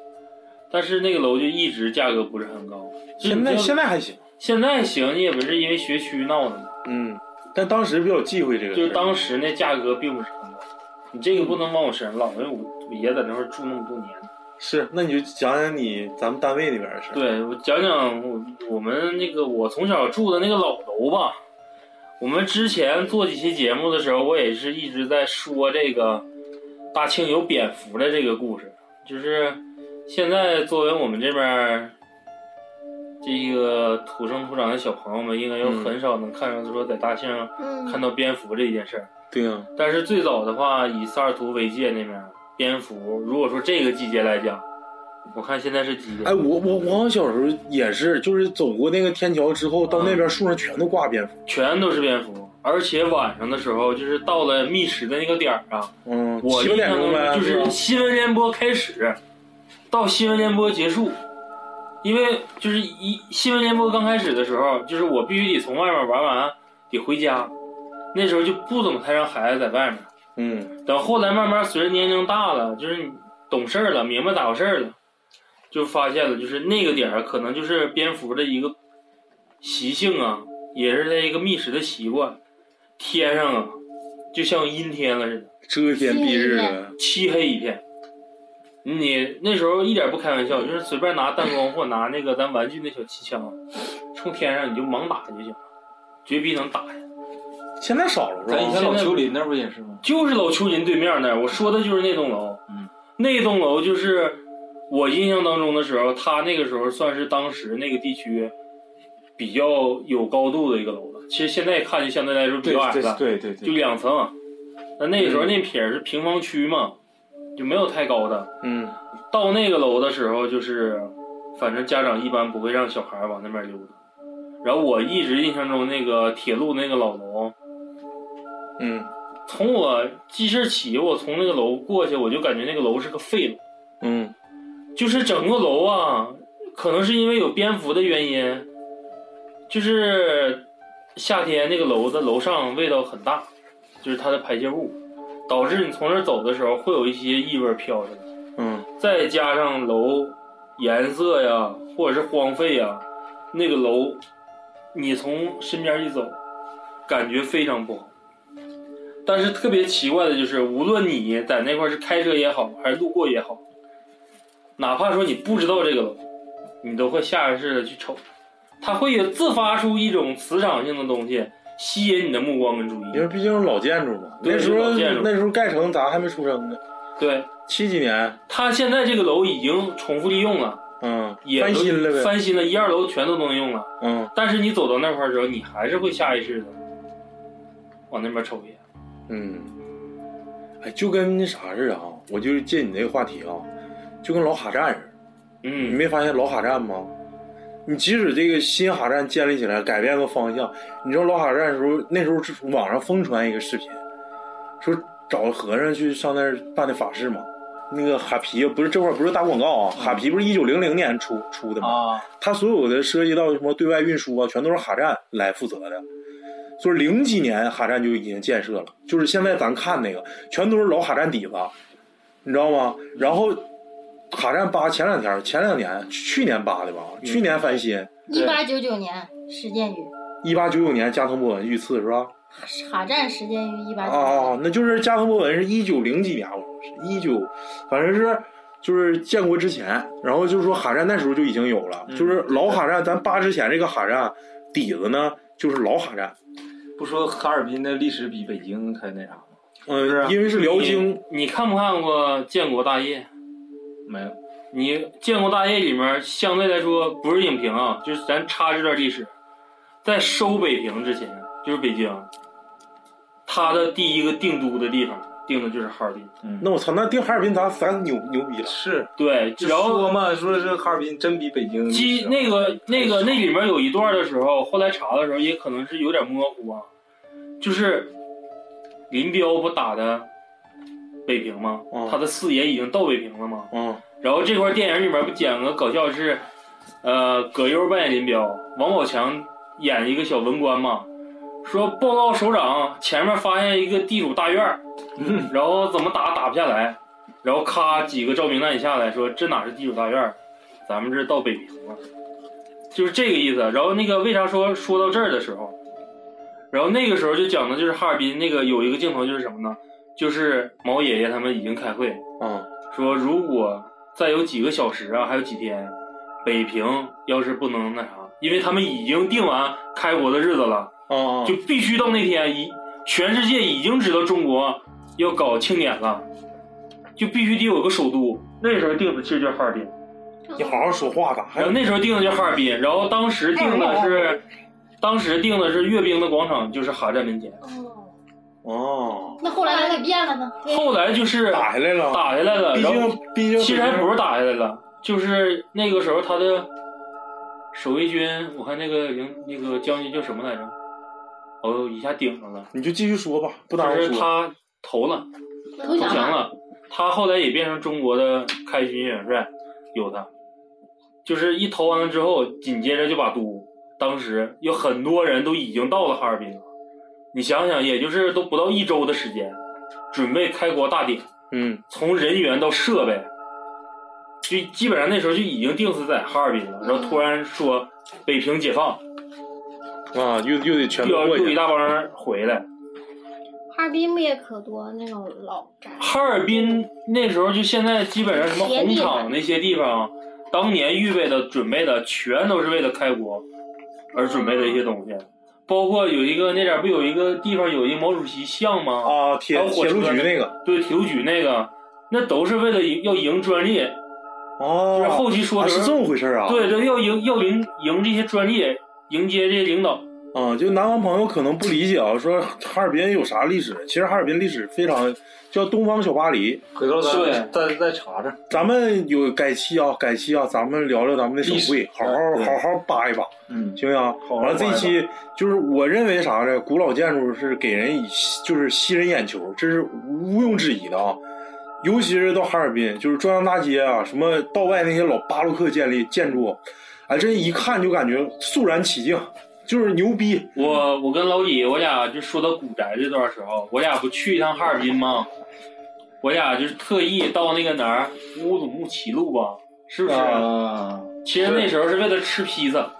S3: 但是那个楼就一直价格不是很高，就是
S8: 现
S3: 你
S8: 在
S3: 知道
S8: 现在还行，
S3: 现在行，也不是因为学区闹的嘛，
S8: 嗯，但当时比较忌讳这个事
S3: 就
S8: 儿，
S3: 是当时那价格并不是很高。你这个不能往我身上落，因为我我爷在那块儿住那么多年。
S8: 是，那你就讲讲你咱们单位那边的事儿，
S3: 对我讲讲我我们那个我从小住的那个老楼吧。我们之前做几期节目的时候，我也是一直在说这个大庆有蝙蝠的这个故事，就是现在作为我们这边儿这个土生土长的小朋友们，应该有
S8: 嗯
S3: 很少能看到说在大庆
S2: 嗯，
S3: 看到蝙蝠这件事儿。
S8: 对呀，
S3: 但是最早的话，以萨尔图为界那边儿，蝙蝠，如果说这个季节来讲，我看现在是几点？
S8: 哎，我我我好像小时候也是，就是走过那个天桥之后，到
S3: 嗯
S8: 那边树上全都挂蝙蝠，
S3: 全都是蝙蝠，而且晚上的时候，就是到了觅食的那个点儿啊，
S8: 嗯，
S3: 我
S8: 七八
S3: 印
S8: 点
S3: 象
S8: 钟
S3: 中
S8: 呗，
S3: 就是
S8: 吧
S3: 新闻联播开始到新闻联播结束，因为就是一新闻联播刚开始的时候，就是我必须得从外面玩完得回家，那时候就不怎么太让孩子在外面。
S8: 嗯，
S3: 等后来慢慢随着年龄大了，就是你懂事儿了，明白咋回事儿了，就发现了，就是那个点儿可能就是蝙蝠的一个习性啊，也是它一个觅食的习惯。天上啊，就像阴天了似的，
S8: 遮天蔽日的，
S3: 漆黑一片。你那时候一点不开玩笑，就是随便拿弹弓或拿那个咱玩具那小气枪，冲天上你就猛打就行了，绝逼能打下。
S8: 现在少了是
S9: 咱以
S8: 吧？
S9: 前老丘陵那不也是吗？
S3: 就是老丘林对面那儿，我说的就是那栋楼。
S9: 嗯，
S3: 那栋楼就是我印象当中的时候，它那个时候算是当时那个地区比较有高度的一个楼了。其实现在看就相对来说比较矮了，
S9: 对对嗯
S3: 就两层。啊那那个时候那撇儿是平房区嘛，就没有太高的。
S8: 嗯，
S3: 到那个楼的时候，就是反正家长一般不会让小孩儿往那边溜达。然后我一直印象中那个铁路那个老楼，
S8: 嗯
S3: 从我记事起，我从那个楼过去，我就感觉那个楼是个废楼，
S8: 嗯
S3: 就是整个楼啊，可能是因为有蝙蝠的原因，就是夏天那个楼的楼上味道很大，就是它的排泄物，导致你从这儿走的时候会有一些异味飘着。
S8: 嗯，
S3: 再加上楼颜色呀，或者是荒废呀，那个楼，你从身边一走，感觉非常不好。但是特别奇怪的就是，无论你在那块儿是开车也好，还是路过也好，哪怕说你不知道这个楼，你都会下意识的去瞅，它会有自发出一种磁场性的东西吸引你的目光跟注
S8: 因为
S3: 意。
S8: 毕竟是老建筑嘛，
S3: 对
S8: 那时候
S3: 是老建筑
S8: 那时候盖成咱还没出生呢，
S3: 对，
S8: 七几年，
S3: 它现在这个楼已经重复利用了，
S8: 嗯，
S3: 也
S8: 翻
S3: 都
S8: 新了呗，
S3: 翻新了，一二楼全都能用了。
S8: 嗯
S3: 但是你走到那块儿的时候，你还是会下意识的往那边瞅一眼。
S8: 嗯，哎，就跟那啥似的啊，我就是借你那个话题啊，就跟老哈站似的。你
S3: 嗯，
S8: 没发现老哈站吗？你即使这个新哈站建立起来，改变个方向，你知道老哈站的时候，那时候是网上疯传一个视频，说找和尚去上那儿办的法事嘛。那个哈皮不是这块儿不是打广告啊，哈皮不是一九零零年出出的吗？
S9: 啊，
S8: 它所有的涉及到什么对外运输啊，全都是哈站来负责的。所以零几年哈站就已经建设了，就是现在咱看那个，全都是老哈站底子，你知道吗？然后哈站八前两天，前两年去年扒的吧，去年翻新，
S10: 一八九九年石建宇，
S8: 一八九九年加藤博文遇刺是吧？
S10: 哈站石建宇一八
S8: 啊
S10: 九
S8: 啊
S10: 九，
S8: 啊！那就是加藤博文是一九零几年，我说是一九，反正是就是建国之前，然后就是说哈站那时候就已经有了，
S9: 嗯
S8: 就是老哈站，咱扒之前这个哈站底子呢，就是老哈站，
S9: 不说哈尔滨的历史比北京还那啥吗？
S8: 嗯、
S9: 是啊
S8: 因为是辽京，
S3: 你你看不看过《建国大业》？
S9: 没有，
S3: 你《建国大业》里面相对来说不是影评啊，就是咱插这段历史，在收北平之前，就是北京，它的第一个定都的地方定的就是哈尔滨。
S9: 嗯
S8: 那我操，那定哈尔滨咱咱牛牛逼了，
S9: 是，
S3: 对，
S9: 就
S3: 然后
S9: 说嘛，说是哈尔滨真比北京
S3: 基那个那个那里面有一段的时候，后来查的时候也可能是有点模糊啊，就是林彪不打的北平吗？
S8: 嗯
S3: 他的四爷已经到北平了吗？
S8: 嗯
S3: 然后这块电影里面不讲个搞笑是，呃，葛优扮演林彪，王宝强演一个小文官嘛，说报告首长，前面发现一个地主大院儿，然后怎么打打不下来，然后咔几个照明弹下来说这哪是地主大院儿，咱们这到北平了，就是这个意思。啊然后那个为啥说说到这儿的时候，然后那个时候就讲的就是哈尔滨那个有一个镜头就是什么呢？就是毛爷爷他们已经开会，
S8: 嗯
S3: 说如果再有几个小时啊，还有几天，北平要是不能那啥，因为他们已经定完开国的日子了，
S8: 嗯
S3: 就必须到那天，一全世界已经知道中国要搞庆典了，就必须得有个首都。那时候定的其实就是哈尔滨，
S5: 嗯
S8: 你好好说话，咋还
S3: 然后那时候定的就是哈尔滨，然后当时定的是，当时定的是阅兵的广场就是哈站门前，
S5: 嗯
S10: 哦，
S8: 哦
S10: 那后来给变了呢？
S3: 后来就是
S8: 打下来了？
S3: 打下来了，
S8: 毕
S3: 然后
S8: 竟毕竟
S3: 其实还不是打下来了，就是那个时候他的守卫军，我看那个营那个将军叫什么来着？哦，一下顶上了，
S8: 你就继续说吧，不打
S3: 就
S8: 我
S3: 是
S8: 说。
S3: 他投了，
S10: 投
S3: 投降了。他后来也变成中国的开军元帅，有的，就是一投完了之后，紧接着就把都，当时有很多人都已经到了哈尔滨了，你想想，也就是都不到一周的时间，准备开国大典。
S8: 嗯，
S3: 从人员到设备，就基本上那时候就已经定死在哈尔滨了。然后突然说北平解放，
S8: 啊，又又得全部
S3: 又
S8: 过
S3: 又
S8: 去
S3: 一。大帮人回来。
S5: 哈尔滨不也可多那种老宅？
S3: 哈尔滨那时候就现在基本上什么红场那些地方，当年预备的、准备的，全都是为了开国而准备的一些东西，包括有一个那点儿不有一个地方有一个毛主席像吗？
S8: 啊，
S3: 还
S8: 铁
S3: 有火
S8: 铁路
S3: 车
S8: 局那个
S3: 对，铁路局那个，那都是为了赢要赢专利，就
S8: 哦
S3: 是，后期说
S8: 啊
S3: 的
S8: 是
S3: 时
S8: 这
S3: 候
S8: 么回事啊？
S3: 对对，要赢要赢赢这些专利，迎接这些领导。
S8: 啊、就南方朋友可能不理解啊，说哈尔滨有啥历史？其实哈尔滨历史非常叫东方小巴黎。
S9: 回头咱
S3: 对
S9: 们再再查查。
S8: 咱们有改期啊，改期啊，咱们聊聊咱们的手绘，好好好好扒一扒，
S9: 嗯，
S8: 行不行啊？
S9: 好
S8: 完了这期就是我认为啥呢？古老建筑是给人以就是吸人眼球，这是毋庸置疑的啊。尤其是到哈尔滨，就是中央大街啊，什么道外那些老巴洛克建立建筑，哎，真一看就感觉肃然起敬，就是牛逼。
S3: 我我跟老李，我俩就说到古宅这段时候，我俩不去一趟哈尔滨吗？我俩就是特意到那个哪儿乌鲁木齐路吧，是不是？
S9: 啊，
S3: 其实那时候是为了吃披萨，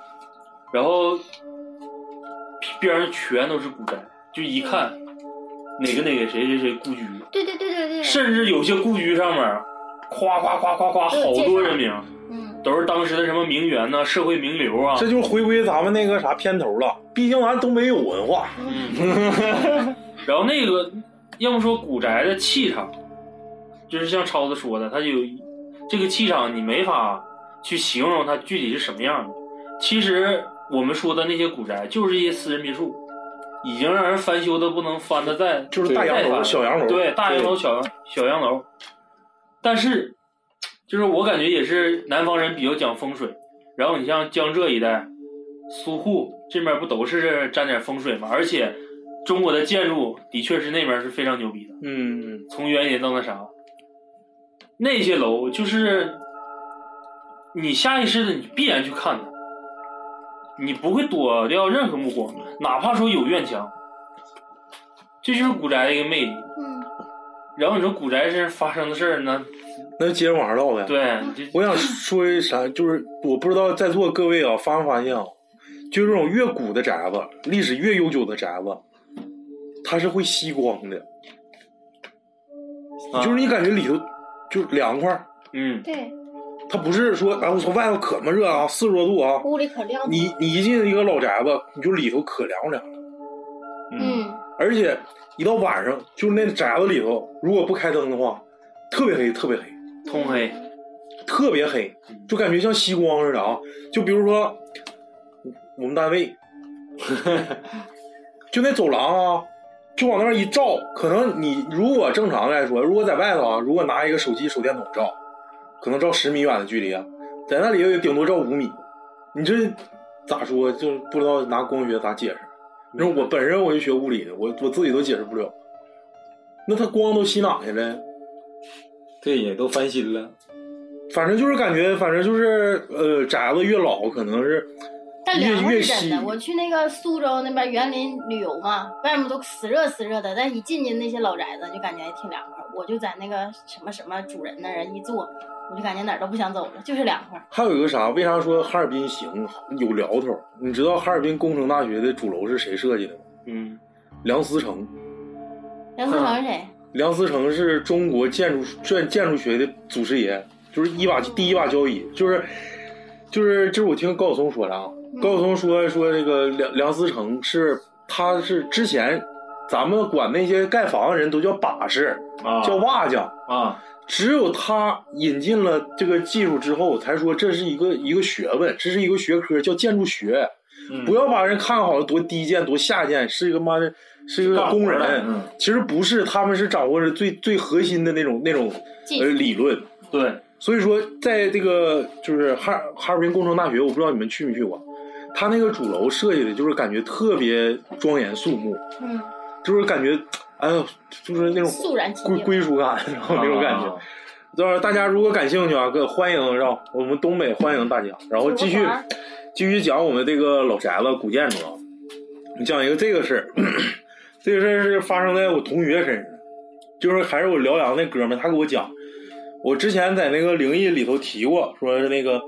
S3: 然后边上全都是古宅，就一看哪个哪个谁谁谁故居，
S5: 对对对对对，
S3: 甚至有些故居上面，夸夸夸夸夸，好多人名，
S5: 嗯，
S3: 都是当时的什么名媛呐、社会名流啊。
S8: 这就是回归咱们那个啥片头了，毕竟咱东北有文化，
S3: 然后那个，要么说古宅的气场，就是像超子说的，它有这个气场，你没法去形容它具体是什么样的。其实我们说的那些古宅，就是一些私人别墅，已经让人翻修的不能翻的再
S8: 就是大洋
S3: 再
S8: 楼、
S3: 翻
S8: 小洋楼，
S3: 对，大洋楼、小洋小洋楼。但是，就是我感觉也是南方人比较讲风水，然后你像江浙一带、苏沪这边不都是沾点风水嘛？而且中国的建筑的确是那边是非常牛逼的，
S8: 嗯，
S3: 从原野到那啥，那些楼就是你下意识的你必然去看它，你不会躲掉任何目光，哪怕说有院墙，这就是古宅的一个魅力。
S5: 嗯，
S3: 然后你说古宅身上发生的事儿呢？
S8: 那接着往上唠呗。
S3: 对，你这
S8: 我想说一啥，就是我不知道在座各位啊，发没发现啊，就这种越古的宅子，历史越悠久的宅子，它是会吸光的，
S3: 啊
S8: 就是你感觉里头就凉快儿，
S3: 嗯，
S5: 对，
S8: 它不是说哎我操外头可么热啊，四十多度啊，
S5: 屋里可亮。
S8: 你你一进一个老宅子，你就里头可凉凉了。
S5: 嗯，
S8: 而且一到晚上，就是那宅子里头，如果不开灯的话，特别黑，特别黑，
S3: 通黑，
S8: 特别黑，就感觉像吸光似的啊！就比如说我们单位，就那走廊啊，就往那边一照，可能你如果正常来说，如果在外头啊，如果拿一个手机手电筒照，可能照十米远的距离啊，在那里也顶多照五米，你这咋说？就是不知道拿光学咋解释。你说我本身我就学物理的，我我自己都解释不了。那它光都吸哪去了？
S9: 对，也都翻新了。
S8: 反正就是感觉，反正就是呃，宅子越老，可能是
S10: 但凉
S8: 越
S10: 是
S8: 越
S10: 真的。
S8: 稀
S10: 我去那个苏州那边园林旅游嘛，啊外面都死热死热的，但一进进那些老宅子，就感觉还挺凉快。我就在那个什么什么主人那人一坐，我就感觉哪儿都不想走了，就是凉快。
S8: 还有一个啥？为啥说哈尔滨行有聊头？你知道哈尔滨工程大学的主楼是谁设计的吗？
S3: 嗯，
S8: 梁思成。
S10: 梁思成是谁？
S8: 梁思成是中国建筑建建筑学的祖师爷，就是一
S10: 哦
S8: 把第一把交椅，就是就是这是我听高晓松说的啊。
S10: 嗯
S8: 高晓松说说这个梁梁思成是他是之前咱们管那些盖房的人都叫把式，
S9: 啊
S10: 哦
S8: 叫瓦匠，
S9: 啊，
S8: 只有他引进了这个技术之后，才说这是一个一个学问，这是一个学科，叫建筑学。
S9: 嗯
S8: 不要把人看好了多低贱、多下贱，是一个妈的，是一个
S9: 干活
S8: 工
S9: 的
S8: 人。
S9: 嗯
S8: 其实不是，他们是掌握着最最核心的那种那种
S10: 技术
S8: 呃理论。
S3: 对，
S8: 所以说，在这个就是哈尔哈尔滨工程大学，我不知道你们去没去过，他那个主楼设计的就是感觉特别庄严肃穆，
S10: 嗯，
S8: 就是感觉，哎呦，就是那种
S10: 肃然起
S8: 归
S10: 敬
S8: 归属感，然后那种感觉。
S9: 啊
S8: 就是大家如果感兴趣啊，各欢迎让我们东北欢迎大家，然后继续
S10: 怎么玩儿
S8: 继续讲我们这个老宅子古建筑啊。你讲一个这个事儿， 这个事儿是发生在我同学身上，就是还是我辽阳那哥们儿，他给我讲，我之前在那个灵异里头提过，说是那个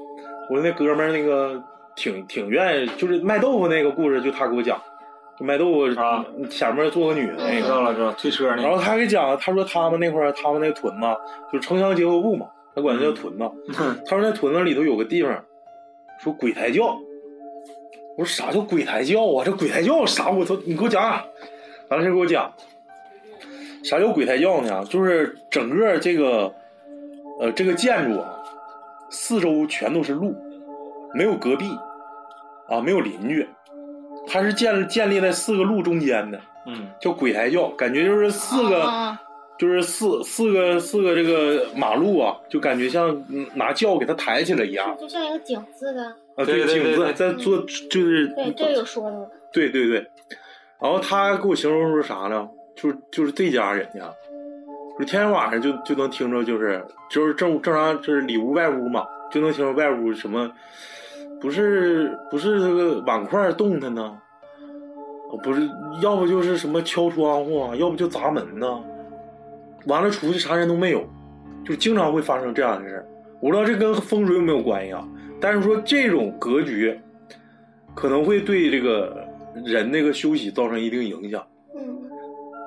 S8: 我那哥们儿那个挺挺愿意，就是卖豆腐那个故事，就他给我讲，就卖豆腐
S9: 啊
S8: 前面坐个女的那个
S9: 知，道了知道了，推车那
S8: 然
S9: 个
S8: 后他给讲，他说他们那块儿，他们那屯嘛，就是城乡结合部嘛，他管它叫屯嘛。他说那屯子里头有个地方，说鬼抬轿。我说啥叫鬼抬轿啊？这鬼抬轿啥？我操！你给我讲讲。完了，先给我讲，啥叫鬼抬轿呢？就是整个这个，呃，这个建筑啊，四周全都是路，没有隔壁，啊，没有邻居，它是建建立在四个路中间的。
S9: 嗯
S8: 叫鬼抬轿，感觉就是四个，
S5: 哦
S10: 啊
S8: 就是四四个四个这个马路啊，就感觉像嗯拿轿给它抬起来一样
S5: 就像一个井字的，
S8: 啊，
S9: 对对
S8: 井子
S9: 对
S8: 在做就是
S5: 嗯对，这有说头。
S8: 对对对，然后他给我形容出啥呢？就是就是这家人家，就天天晚上就就能听着，就是就是正正常就是里屋外屋嘛，就能听着外屋什么，不是不是这个碗筷动弹呢，哦不是，要不就是什么敲窗户啊，要不就砸门呐、完了出去啥人都没有，就经常会发生这样的事儿。我不知道这跟风水有没有关系啊，但是说这种格局可能会对这个人那个休息造成一定影响。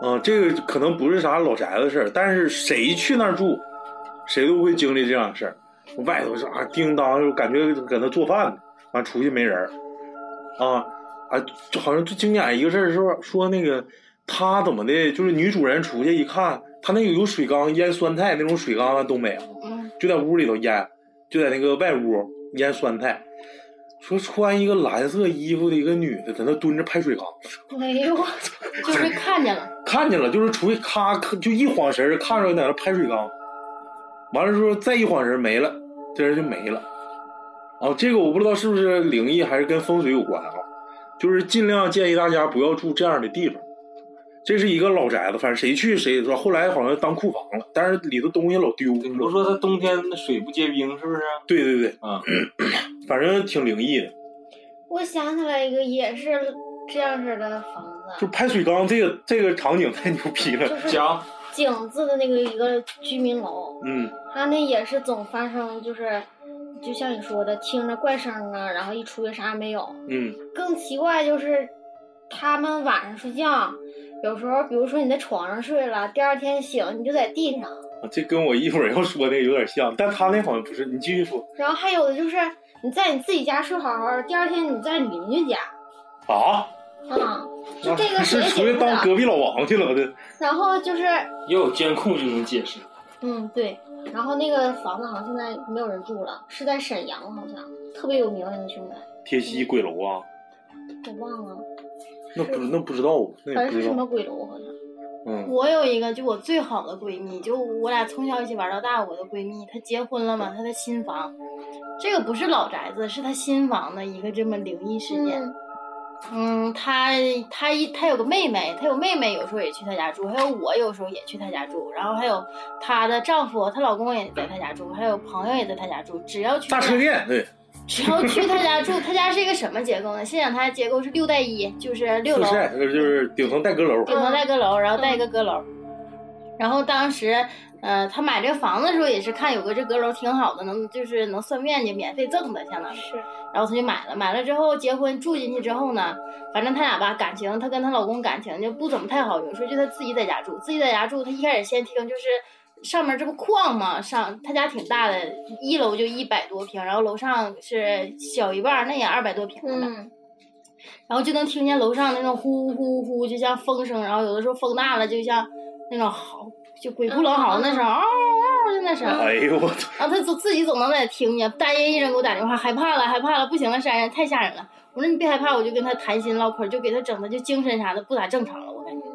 S5: 嗯，
S8: 啊、这个可能不是啥老宅子事儿，但是谁去那儿住，谁都会经历这样的事儿。外头是啊，叮当，就感觉搁那做饭呢，完出去没人儿，啊啊，就好像最经典一个事儿是说说那个他怎么的，就是女主人出去一看，他那个有水缸腌酸菜那种水缸啊，东北啊，
S10: 嗯
S8: 就在屋里头腌，就在那个外屋腌酸菜。说穿一个蓝色衣服的一个女的在那蹲着拍水缸，
S5: 哎呦，
S10: 就是看见了，
S8: 看见了，就是出去咔咔就一晃神儿，看着在那拍水缸，完了之后再一晃神儿没了，这人就没了。哦，这个我不知道是不是灵异还是跟风水有关啊，就是尽量建议大家不要住这样的地方。这是一个老宅子，反正谁去谁说。后来好像当库房了，但是里头东西老丢。
S9: 对你不是说它冬天那水不结冰是不是？
S8: 对对对，
S9: 啊，
S8: 反正挺灵异的。
S5: 我想起来一个也是这样式的房
S8: 就
S5: 子，
S8: 拍水缸这个这个场景太牛逼了。
S5: 就是
S9: 讲
S5: 井字的那个一个居民楼，
S8: 嗯，
S5: 它那也是总发生，就是就像你说的，听着怪声啊，然后一出去啥也没有。
S8: 嗯
S5: 更奇怪就是，他们晚上睡觉，有时候比如说你在床上睡了，第二天醒你就在地上，
S8: 啊这跟我一会儿要说那个有点像，但他那好像不是。你继续说
S5: 然后还有的就是你在你自己家睡好好的，第二天你在你邻居家，
S8: 啊？
S5: 啊、就这个
S8: 是
S5: 谁也解
S8: 出去
S5: 释不
S8: 当
S5: 了。
S8: 隔壁老王去了，这
S5: 然后就是，
S3: 也有监控就能解释。
S5: 嗯，对，然后那个房子好像现在没有人住了，是在沈阳，好像特别有名的一个凶宅，
S8: 铁西鬼楼啊，
S5: 我忘了，
S8: 那不那不知道，那
S5: 反
S8: 也
S5: 正是
S8: 不知
S5: 什么
S8: 道。
S5: 鬼楼好像。
S8: 嗯，
S10: 我有一个就我最好的闺蜜，就我俩从小一起玩到大，我的闺蜜她结婚了嘛，她的新房，这个不是老宅子，是她新房的一个这么灵异事件。
S5: 嗯
S10: 嗯，她她一她有个妹妹，她有妹妹有时候也去她家住，还有我有时候也去她家住，然后还有她的丈夫，她老公也在她家住，还有朋友也在她家住，只要去
S8: 大
S10: 她
S8: 车店对，
S10: 只要去他家住，他家是一个什么结构呢？现场他结构是六带一，就是六
S8: 复
S10: 楼，
S8: 晒呃就是顶层带阁楼，
S10: 顶层带阁楼，然后带一个阁楼。嗯然后当时，呃，他买这个房子的时候也是看有个这阁楼挺好的，能就是能算面积，免费赠的，相当于。
S5: 是，
S10: 然后他就买了，买了之后结婚住进去之后呢，反正他俩吧感情，她跟她老公感情就不怎么太好，有时候就她自己在家住，自己在家住，她一开始先听就是上面这不矿嘛，上她家挺大的，一楼就一百多平，然后楼上是小一半儿，那也二百多平了呗。
S5: 嗯，
S10: 然后就能听见楼上那种呼呼呼，就像风声，然后有的时候风大了，就像那种嚎，就鬼哭狼嚎那声，嗷嗷嗷就那声。
S8: 哎呦我操！
S10: 然后他自自己总能在听见，大夜一人给我打电话，害怕了，害怕了，不行了，珊珊太吓人了。我说你别害怕，我就跟他谈心唠嗑，就给他整的就精神啥的不咋正常了，我感觉。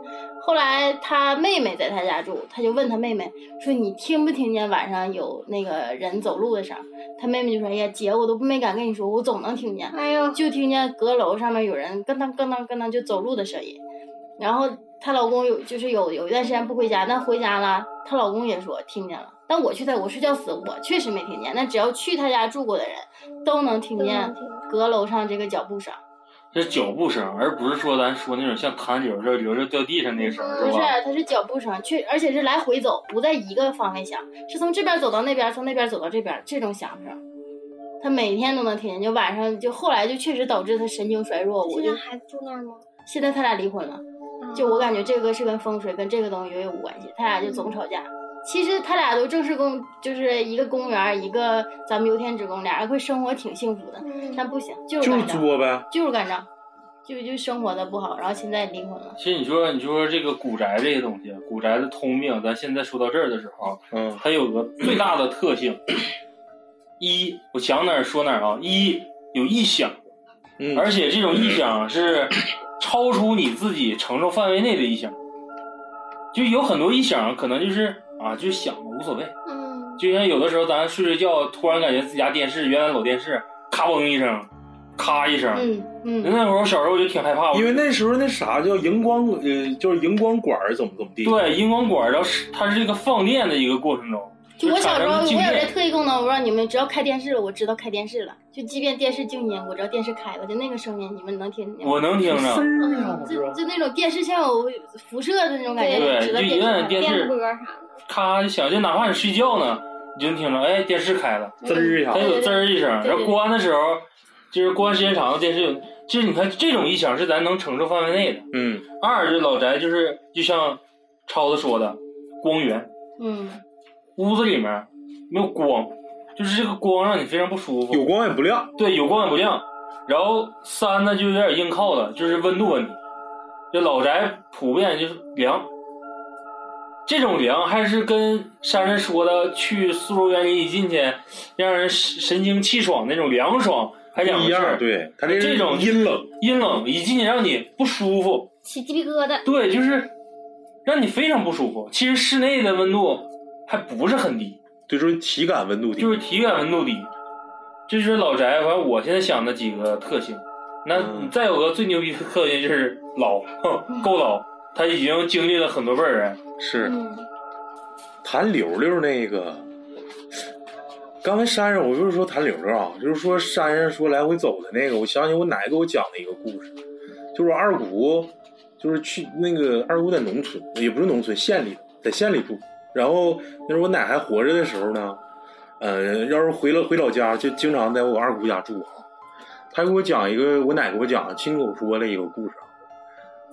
S10: 后来他妹妹在他家住，他就问他妹妹说：“你听不听见晚上有那个人走路的声儿？”他妹妹就说：“哎呀，姐，我都没敢跟你说，我总能听见。”
S5: 哎呦，
S10: 就听见阁楼上面有人咯噔咯噔咯噔就走路的声音。然后她老公有就是有有一段时间不回家，但回家了，她老公也说听见了。但我去她我睡觉死，我确实没听见。但只要去她家住过的人，都能听见阁楼上这个脚步声，
S3: 这是脚步声，而不是说咱说那种像弹流着流着掉地上那声，
S10: 嗯不是
S3: 吧？，
S10: 它是脚步声，确而且是来回走，不在一个方位响，是从这边走到那边，从那边走到这边这种响声。她每天都能听见，就晚上就后来就确实导致她神经衰弱。我
S5: 现
S10: 就
S5: 在还住那儿吗？
S10: 现在他俩离婚了。
S5: 嗯
S10: 就我感觉这个是跟风水跟这个东西也有关系，他俩就总吵架。其实他俩都正式公，就是一个公务员，一个咱们游天职工，俩人会生活挺幸福的，
S5: 嗯，
S10: 但不行，就是
S8: 就是
S10: 干仗，
S8: 作呗，
S10: 就是干仗，就就生活的不好，然后现在离婚了。
S3: 其实你说你说这个古宅这些东西，古宅的通病，咱现在说到这儿的时候，
S8: 嗯，
S3: 它有个最大的特性，一我想哪儿说哪儿啊，一有异响，
S8: 嗯
S3: 而且这种异响是超出你自己承受范围内的异响，就有很多异响可能就是啊，就响了无所谓，
S5: 嗯，
S3: 就像有的时候咱睡睡觉，突然感觉自己家电视原来老电视咔嘣一声，咔一声，
S10: 嗯嗯，
S3: 那会儿我小时候我就挺害怕，我
S8: 因为那时候那啥叫荧光，呃，就是荧光管儿怎么怎么地，
S3: 对荧光管，然后是它是一个放电的一个过程中，
S10: 就我小时候
S3: 就产生静
S10: 我有这
S3: 电
S10: 特异功能，我不知道你们，只要开电视了，我知道开电视了，就即便电视静音，我知道电视开了，就那个声音你们能听见吗？
S3: 我能听着。
S8: 嗯
S10: 就就那种电视像有辐射的那种感觉，
S3: 对
S10: 你
S3: 就一
S10: 知道电视开
S3: 摁
S10: 了
S3: 电视
S5: 电波啥的，
S3: 咔一响，就哪怕你睡觉呢，你就能听着，哎，电视开了，
S8: 滋儿一下
S3: 它，有滋儿一声，
S10: 对对对
S3: 然后关的时候，就是关时间长了，电视有，就是你看这种异响是咱能承受范围内的。
S8: 嗯，
S3: 二，这老宅就是就像超子说的，光源，
S10: 嗯。
S3: 屋子里面没有光，就是这个光让你非常不舒服，
S8: 有光也不亮，
S3: 对，有光也不亮。然后三呢，就有点硬靠了，就是温度问题。这老宅普遍就是凉，这种凉还是跟珊珊说的去苏州园林一进去，让人神神清气爽那种凉爽，还两
S8: 一
S3: 回事
S8: 样，
S3: 儿。
S8: 对，它这
S3: 这种
S8: 阴冷，
S3: 阴冷一进去让你不舒服，
S5: 起鸡皮疙瘩，
S3: 对，就是让你非常不舒服。其实室内的温度还不是很低，
S8: 对，就是体感温度低，
S3: 就是体感温度低。这就是老宅，反正我现在想的几个特性。那
S8: 嗯
S3: 再有个最牛逼的特性就是老，哼够老，他已经经历了很多辈儿人。
S8: 是
S10: 嗯
S8: 谭柳柳那个，刚才山上我不是说谭柳柳啊，就是说山上说来回走的那个，我想起我奶给我讲的一个故事，就是我二姑，就是去那个二姑在农村，也不是农村，县里在县里住。然后那时候我奶还活着的时候呢，呃，要是回了回老家，就经常在我二姑家住啊。她给我讲一个，我奶给我讲亲口说了一个故事啊。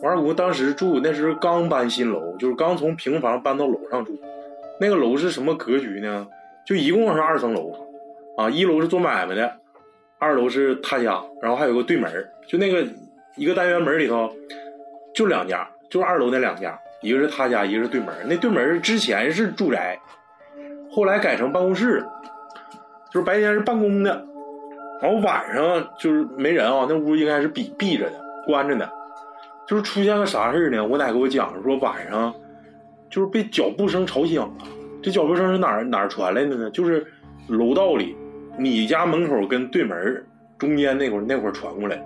S8: 我二姑当时住那时候刚搬新楼，就是刚从平房搬到楼上住。那个楼是什么格局呢？就一共是二层楼，啊，一楼是做买卖的，二楼是他家，然后还有个对门儿就那个一个单元门里头就两家，就是二楼那两家，一个是他家，一个是对门儿那对门儿之前是住宅，后来改成办公室了，就是白天是办公的，然后晚上就是没人啊，那屋应该是闭闭着的，关着的，就是出现个啥事儿呢？我奶给我讲说晚上就是被脚步声吵醒了。这脚步声是哪儿哪儿传来的呢？就是楼道里，你家门口跟对门儿中间那会儿那会儿传过来，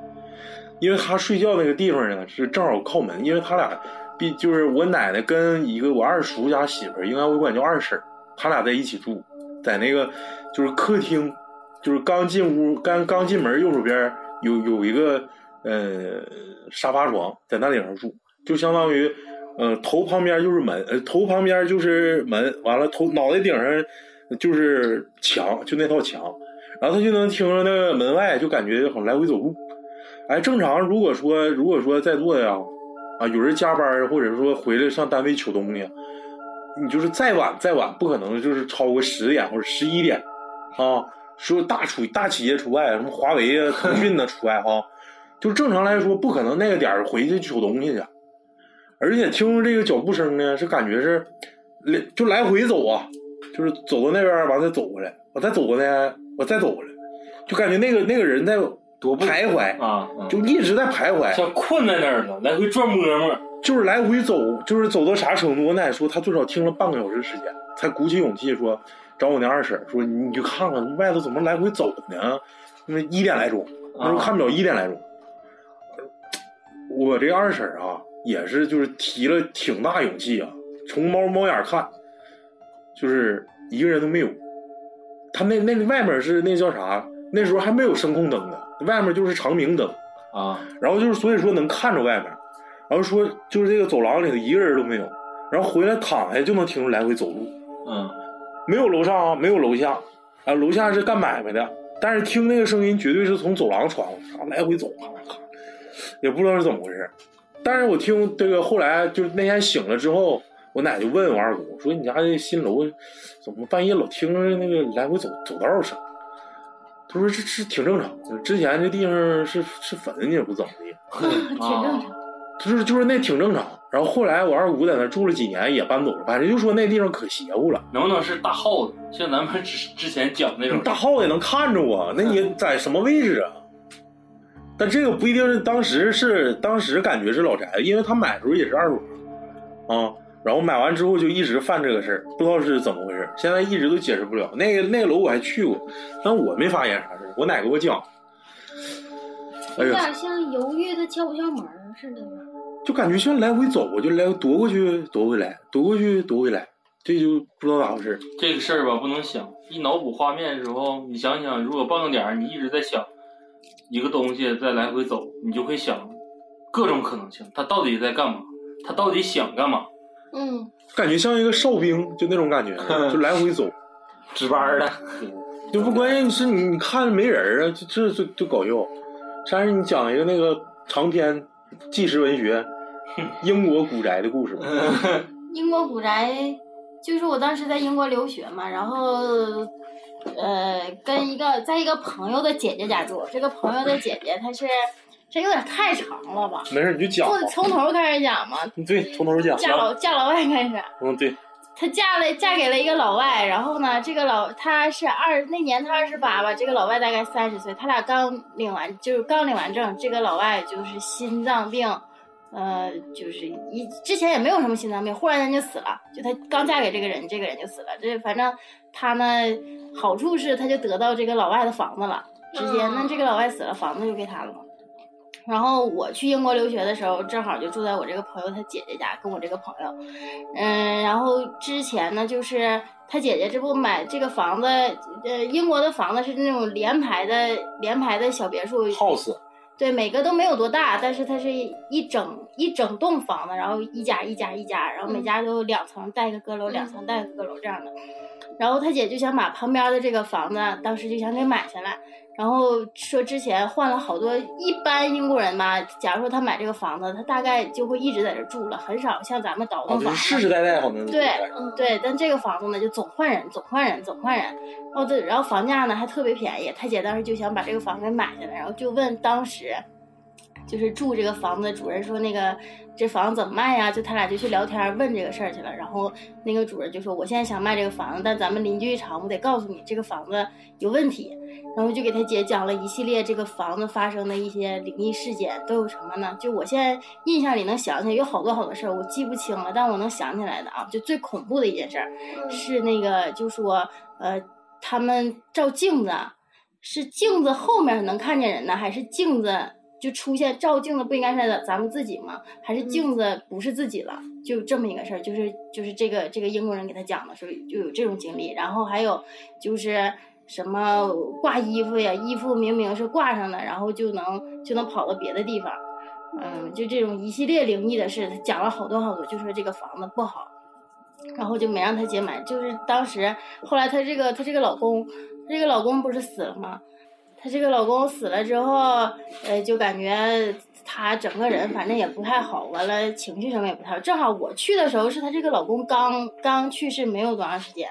S8: 因为他睡觉那个地方呢是正好靠门，因为他俩毕就是我奶奶跟一个我二叔家媳妇儿，应该我管叫二婶儿，他俩在一起住，在那个就是客厅，就是刚进屋，刚刚进门右手边有有一个呃沙发床，在那顶上住，就相当于呃头旁边就是门，呃头旁边就是门，完了头脑袋顶上就是墙，就那套墙，然后他就能听着那个门外就感觉好像来回走路。哎，正常如果说如果说在座的呀、啊，有人加班儿或者说回来上单位取东西，你就是再晚再晚，不可能就是超过十点或者十一点，啊，说大除大企业除外，什么华为啊、腾讯呐除外哈、就正常来说不可能那个点儿回去取东西去，而且听这个脚步声呢，是感觉是来就来回走啊，就是走到那边儿完再走回来，我再走过来，我再走回来，就感觉那个那个人在
S9: 踱步
S8: 徘徊，
S9: 啊，嗯
S8: 就一直在徘徊，
S3: 像困在那儿了，来回转摸摸。
S8: 就是来回走，就是走到啥程度？我奶说她最少听了半个小时时间，才鼓起勇气说找我那二婶儿说你去看看外头怎么来回走呢？因为一点来钟，那时候看不了一点来钟。我这二婶儿啊，也是就是提了挺大勇气啊，从猫猫眼儿看，就是一个人都没有。他那那外面是那叫啥？那时候还没有声控灯呢，外面就是长明灯。
S9: 啊，
S8: 然后就是所以说能看着外面，然后说就是这个走廊里头一个人都没有，然后回来躺下就能听着来回走路，
S9: 嗯，
S8: 没有楼上啊，没有楼下，啊，楼下是干买卖的，但是听那个声音绝对是从走廊传过啊来，来回走，咔咔咔，也不知道是怎么回事。但是我听这个后来就是那天醒了之后，我奶就问我二姑说：“你家这新楼怎么半夜老听着那个来回走走道声？”她说：“这这挺正常，之前这地方是是坟，也不怎么地。”
S9: 挺
S3: 啊
S9: 正常。
S8: 就是就是那挺正常。然后后来我二姑在那儿住了几年，也搬走了，反正就说那地方可邪乎了。
S3: 能不能是大耗子？像咱们之之前讲那种
S8: 大耗也能看着我，那你在什么位置啊？但这个不一定是当时是当时感觉是老宅，因为他买的时候也是二手房啊。然后买完之后就一直犯这个事儿，不知道是怎么回事，现在一直都解释不了。那个那个楼我还去过，但我没发现啥事儿，我奶给我讲。哎
S5: 有
S8: 呀，
S5: 点像犹豫他敲不敲门儿似的吗？
S8: 就感觉像来回走，我就来夺过去，夺回来，夺过去，夺回来，这就不知道咋回事。
S3: 这个事儿吧，不能想。一脑补画面的时候，你想想，如果半个点儿你一直在想一个东西在来回走，你就会想各种可能性，他到底在干嘛？他到底想干嘛？
S5: 嗯，
S8: 感觉像一个哨兵，就那种感觉，就来回走，
S9: 值班儿的，
S8: 就不关键是你你看没人儿啊，就这就就搞笑。但是你讲一个那个长篇纪实文学，英国古宅的故事吧，
S10: 英国古宅，就是我当时在英国留学嘛，然后呃，跟一个在一个朋友的姐姐家住，这个朋友的姐姐她是，这有点太长了吧？
S8: 没事你就讲吧
S10: 从，从头开始讲嘛，
S8: 你对，从头讲，
S10: 嫁老嫁老外开始。
S8: 嗯对，
S10: 她嫁了，嫁给了一个老外，然后呢，这个老她是二那年她二十八吧，这个老外大概三十岁，他俩刚领完就是刚领完证，这个老外就是心脏病，呃，就是一之前也没有什么心脏病，忽然间就死了，就她刚嫁给这个人，这个人就死了，这反正她呢好处是她就得到这个老外的房子了，直接
S5: 嗯
S10: 那这个老外死了，房子就给她了嘛。然后我去英国留学的时候，正好就住在我这个朋友他姐姐家，跟我这个朋友，嗯，然后之前呢，就是他姐姐这不买这个房子，呃，英国的房子是那种连排的连排的小别墅
S8: house
S10: 对，每个都没有多大，但是它是一整一整栋房子，然后一家一家一家，然后每家都有两层带一个阁楼，两层带一个阁楼这样的。然后他姐就想把旁边的这个房子，啊当时就想给买下来。然后说之前换了好多，一般英国人吧，假如说他买这个房子，他大概就会一直在这住了，很少像咱们倒
S8: 啊
S10: 腾
S8: 就
S10: 房子。
S8: 是世世代代好像都
S10: 对
S5: 嗯，
S10: 对，但这个房子呢，就总换人，总换人，总换人。哦，对，然后房价呢还特别便宜，他姐当时就想把这个房给买下来，然后就问当时就是住这个房子的主人说那个这房子怎么卖呀？就他俩就去聊天儿问这个事儿去了，然后那个主人就说我现在想卖这个房子，但咱们邻居一场，我得告诉你这个房子有问题。然后就给他姐讲了一系列这个房子发生的一些灵异事件，都有什么呢？就我现在印象里能想起来有好多好多事儿，我记不清了，但我能想起来的啊，就最恐怖的一件事儿
S5: 嗯
S10: 是那个，就说呃，他们照镜子，是镜子后面能看见人呢，还是镜子就出现照镜子不应该是咱们自己吗？还是镜子不是自己了？就这么一个事儿，就是就是这个这个英国人给他讲的时候就有这种经历，然后还有就是什么挂衣服呀，衣服明明是挂上的，然后就能就能跑到别的地方，嗯，就这种一系列灵异的事，他讲了好多好多，就说这个房子不好，然后就没让他姐买。就是当时后来她这个她这个老公，她这个老公不是死了吗？她这个老公死了之后，呃，就感觉她整个人反正也不太好，完了情绪什么也不太好。正好我去的时候是她这个老公刚刚去世没有多长时间，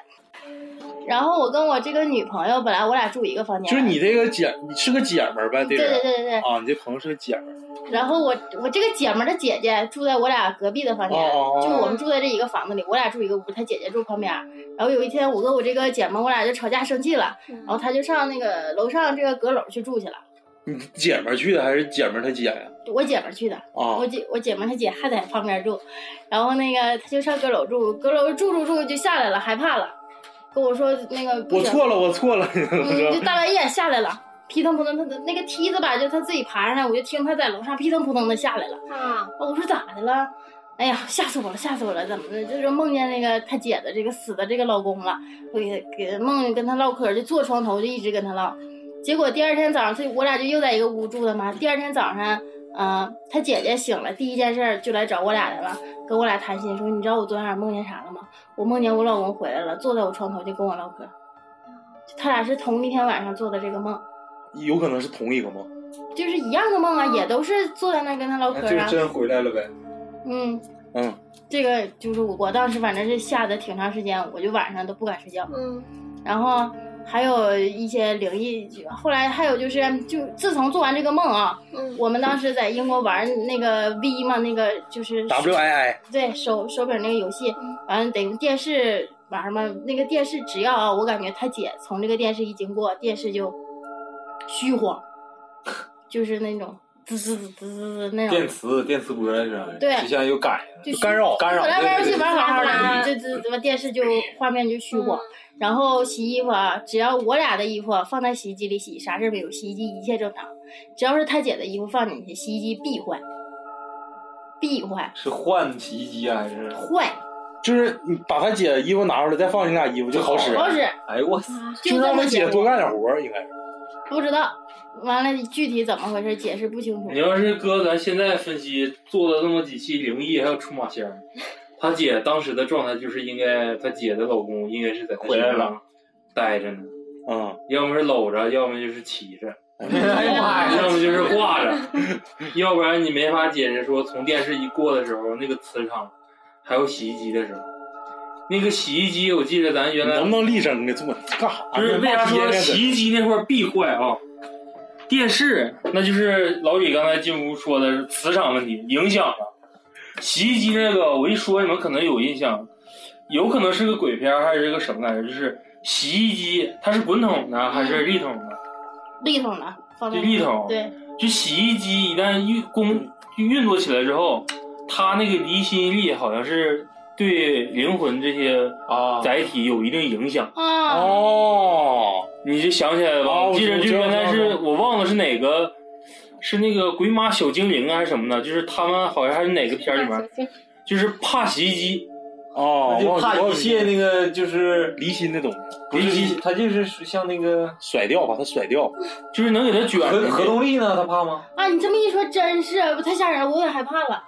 S10: 然后我跟我这个女朋友本来我俩住一个房间，
S8: 就是你这个姐，你是个姐们儿呗，
S10: 对
S8: 这人
S10: 对对对对，
S8: 啊，你这朋友是个姐们儿，
S10: 然后我我这个姐们儿的姐姐住在我俩隔壁的房间，
S8: 哦哦哦
S10: 就我们住在这一个房子里，我俩住一个屋，她姐姐住旁边儿。然后有一天，我跟我这个姐们儿，我俩就吵架生气了，然后她就上那个楼上这个阁楼去住去了。
S8: 你姐们儿去的还是姐们儿她姐呀？
S10: 我姐们儿去的，
S8: 啊
S10: 我，姐我姐们儿她姐还在旁边住，然后那个她就上阁楼住，阁楼住住住就下来了，害怕了，跟我说那个不
S8: 我
S10: 行
S8: 错了，我错了，
S10: 嗯，就大半夜下来了，扑腾扑腾，他的那个梯子吧，就他自己爬上来，我就听他在楼上扑腾扑腾的下来了。
S5: 啊，
S10: 哦，我说咋的了？哎呀，吓死我了，吓死我了！怎么的？就是梦见那个他姐的这个死的这个老公了，我给他给梦见跟他唠嗑，就坐床头就一直跟他唠。结果第二天早上，他我俩就又在一个屋住的嘛。第二天早上，呃，他姐姐醒了，第一件事儿就来找我俩来了，跟我俩谈心，说你知道我昨天晚上梦见啥了吗？我梦见我老公回来了，坐在我床头就跟我唠嗑。就他俩是同一天晚上做的这个梦，
S8: 有可能是同一个吗？
S10: 就是一样的梦啊，也都是坐在那儿跟他唠嗑
S9: 那哦哎就是
S10: 啊。
S9: 真回来了呗。
S10: 嗯，
S8: 嗯，
S10: 这个就是我，我当时反正是吓得挺长时间，我就晚上都不敢睡觉。
S5: 嗯
S10: 然后还有一些灵异，后来还有就是，就自从做完这个梦啊，
S5: 嗯，
S10: 我们当时在英国玩那个 V 嘛，那个就是
S8: W I I
S10: 对手手柄那个游戏，完了得用电视玩嘛。那个电视只要啊，我感觉他姐从这个电视一经过，电视就虚晃， 就是那种滋滋滋滋滋滋那种
S9: 电。磁电磁波来着，
S10: 对
S9: 就像有感应，
S10: 就
S8: 干扰
S9: 干扰。
S10: 本来玩游
S9: 对
S10: 戏
S9: 对
S10: 玩好好的，
S5: 对
S10: 这这怎么电视就画面就虚晃。然后洗衣服啊，只要我俩的衣服啊放在洗衣机里洗，啥事儿没有，洗衣机一切正常。只要是他姐的衣服放进去，洗衣机必坏，必坏，
S9: 是换洗衣机啊还是？
S10: 坏，
S8: 就是你把她姐衣服拿出来，再放你俩衣服就好使，啊
S9: 就好
S10: 好使，
S9: 哎呦我操！
S8: 就
S10: 就这
S8: 让她
S10: 么
S8: 姐
S10: 解
S8: 多
S10: 释。
S8: 干点活儿，应该是。
S10: 不知道，完了具体怎么回事解释不清楚
S3: 你。要是搁咱现在分析做了那么几期灵异，还有出马仙儿，他姐当时的状态就是应该，他姐的老公应该是在她
S9: 回来
S3: 身
S9: 了
S3: 上待着呢，
S8: 嗯，
S3: 要么是搂着，要么就是骑着，
S9: 哎呀妈
S3: 要么
S9: 呀！
S3: 就是挂着，要不然你没法解释说从电视一过的时候那个磁场，还有洗衣机的时候，那个洗衣机我记得咱原来
S8: 能不能力争的做干啥呢？
S3: 就是为啥说
S8: 骂街呢
S3: 洗衣机那块儿必坏啊？电视那就是老李刚才进屋说的是磁场问题影响了。洗衣机那个，我一说你们可能有印象，有可能是个鬼片儿还是个什么来着？就是洗衣机它是滚筒的还是立筒的？
S10: 立桶的，放在
S3: 就立桶
S10: 对，
S3: 就洗衣机一旦运工运作起来之后，它那个离心力好像是对灵魂这些
S9: 啊，
S3: 载体有一定影响。
S10: 啊，
S8: 哦，
S3: 你就想起来了吧？
S8: 哦
S3: 我记得
S8: 我
S3: 就
S8: 知道
S3: 原来
S8: 知
S3: 是
S8: 道知
S3: 我忘了是哪个，是那个鬼马小精灵啊还是什么的，就是他们好像还是哪个片儿里面，就是怕洗衣机，
S8: 哦，
S9: 就
S8: 我
S9: 怕
S8: 我
S9: 一切那个就是
S8: 离心的东西
S9: 不是一，他就是像那个
S8: 甩掉，把它甩掉。
S3: 就是能给它卷
S9: 核核
S3: 进去，
S9: 动力呢，他怕吗？
S10: 啊，你这么一说，真是太吓人了，我有点害怕了。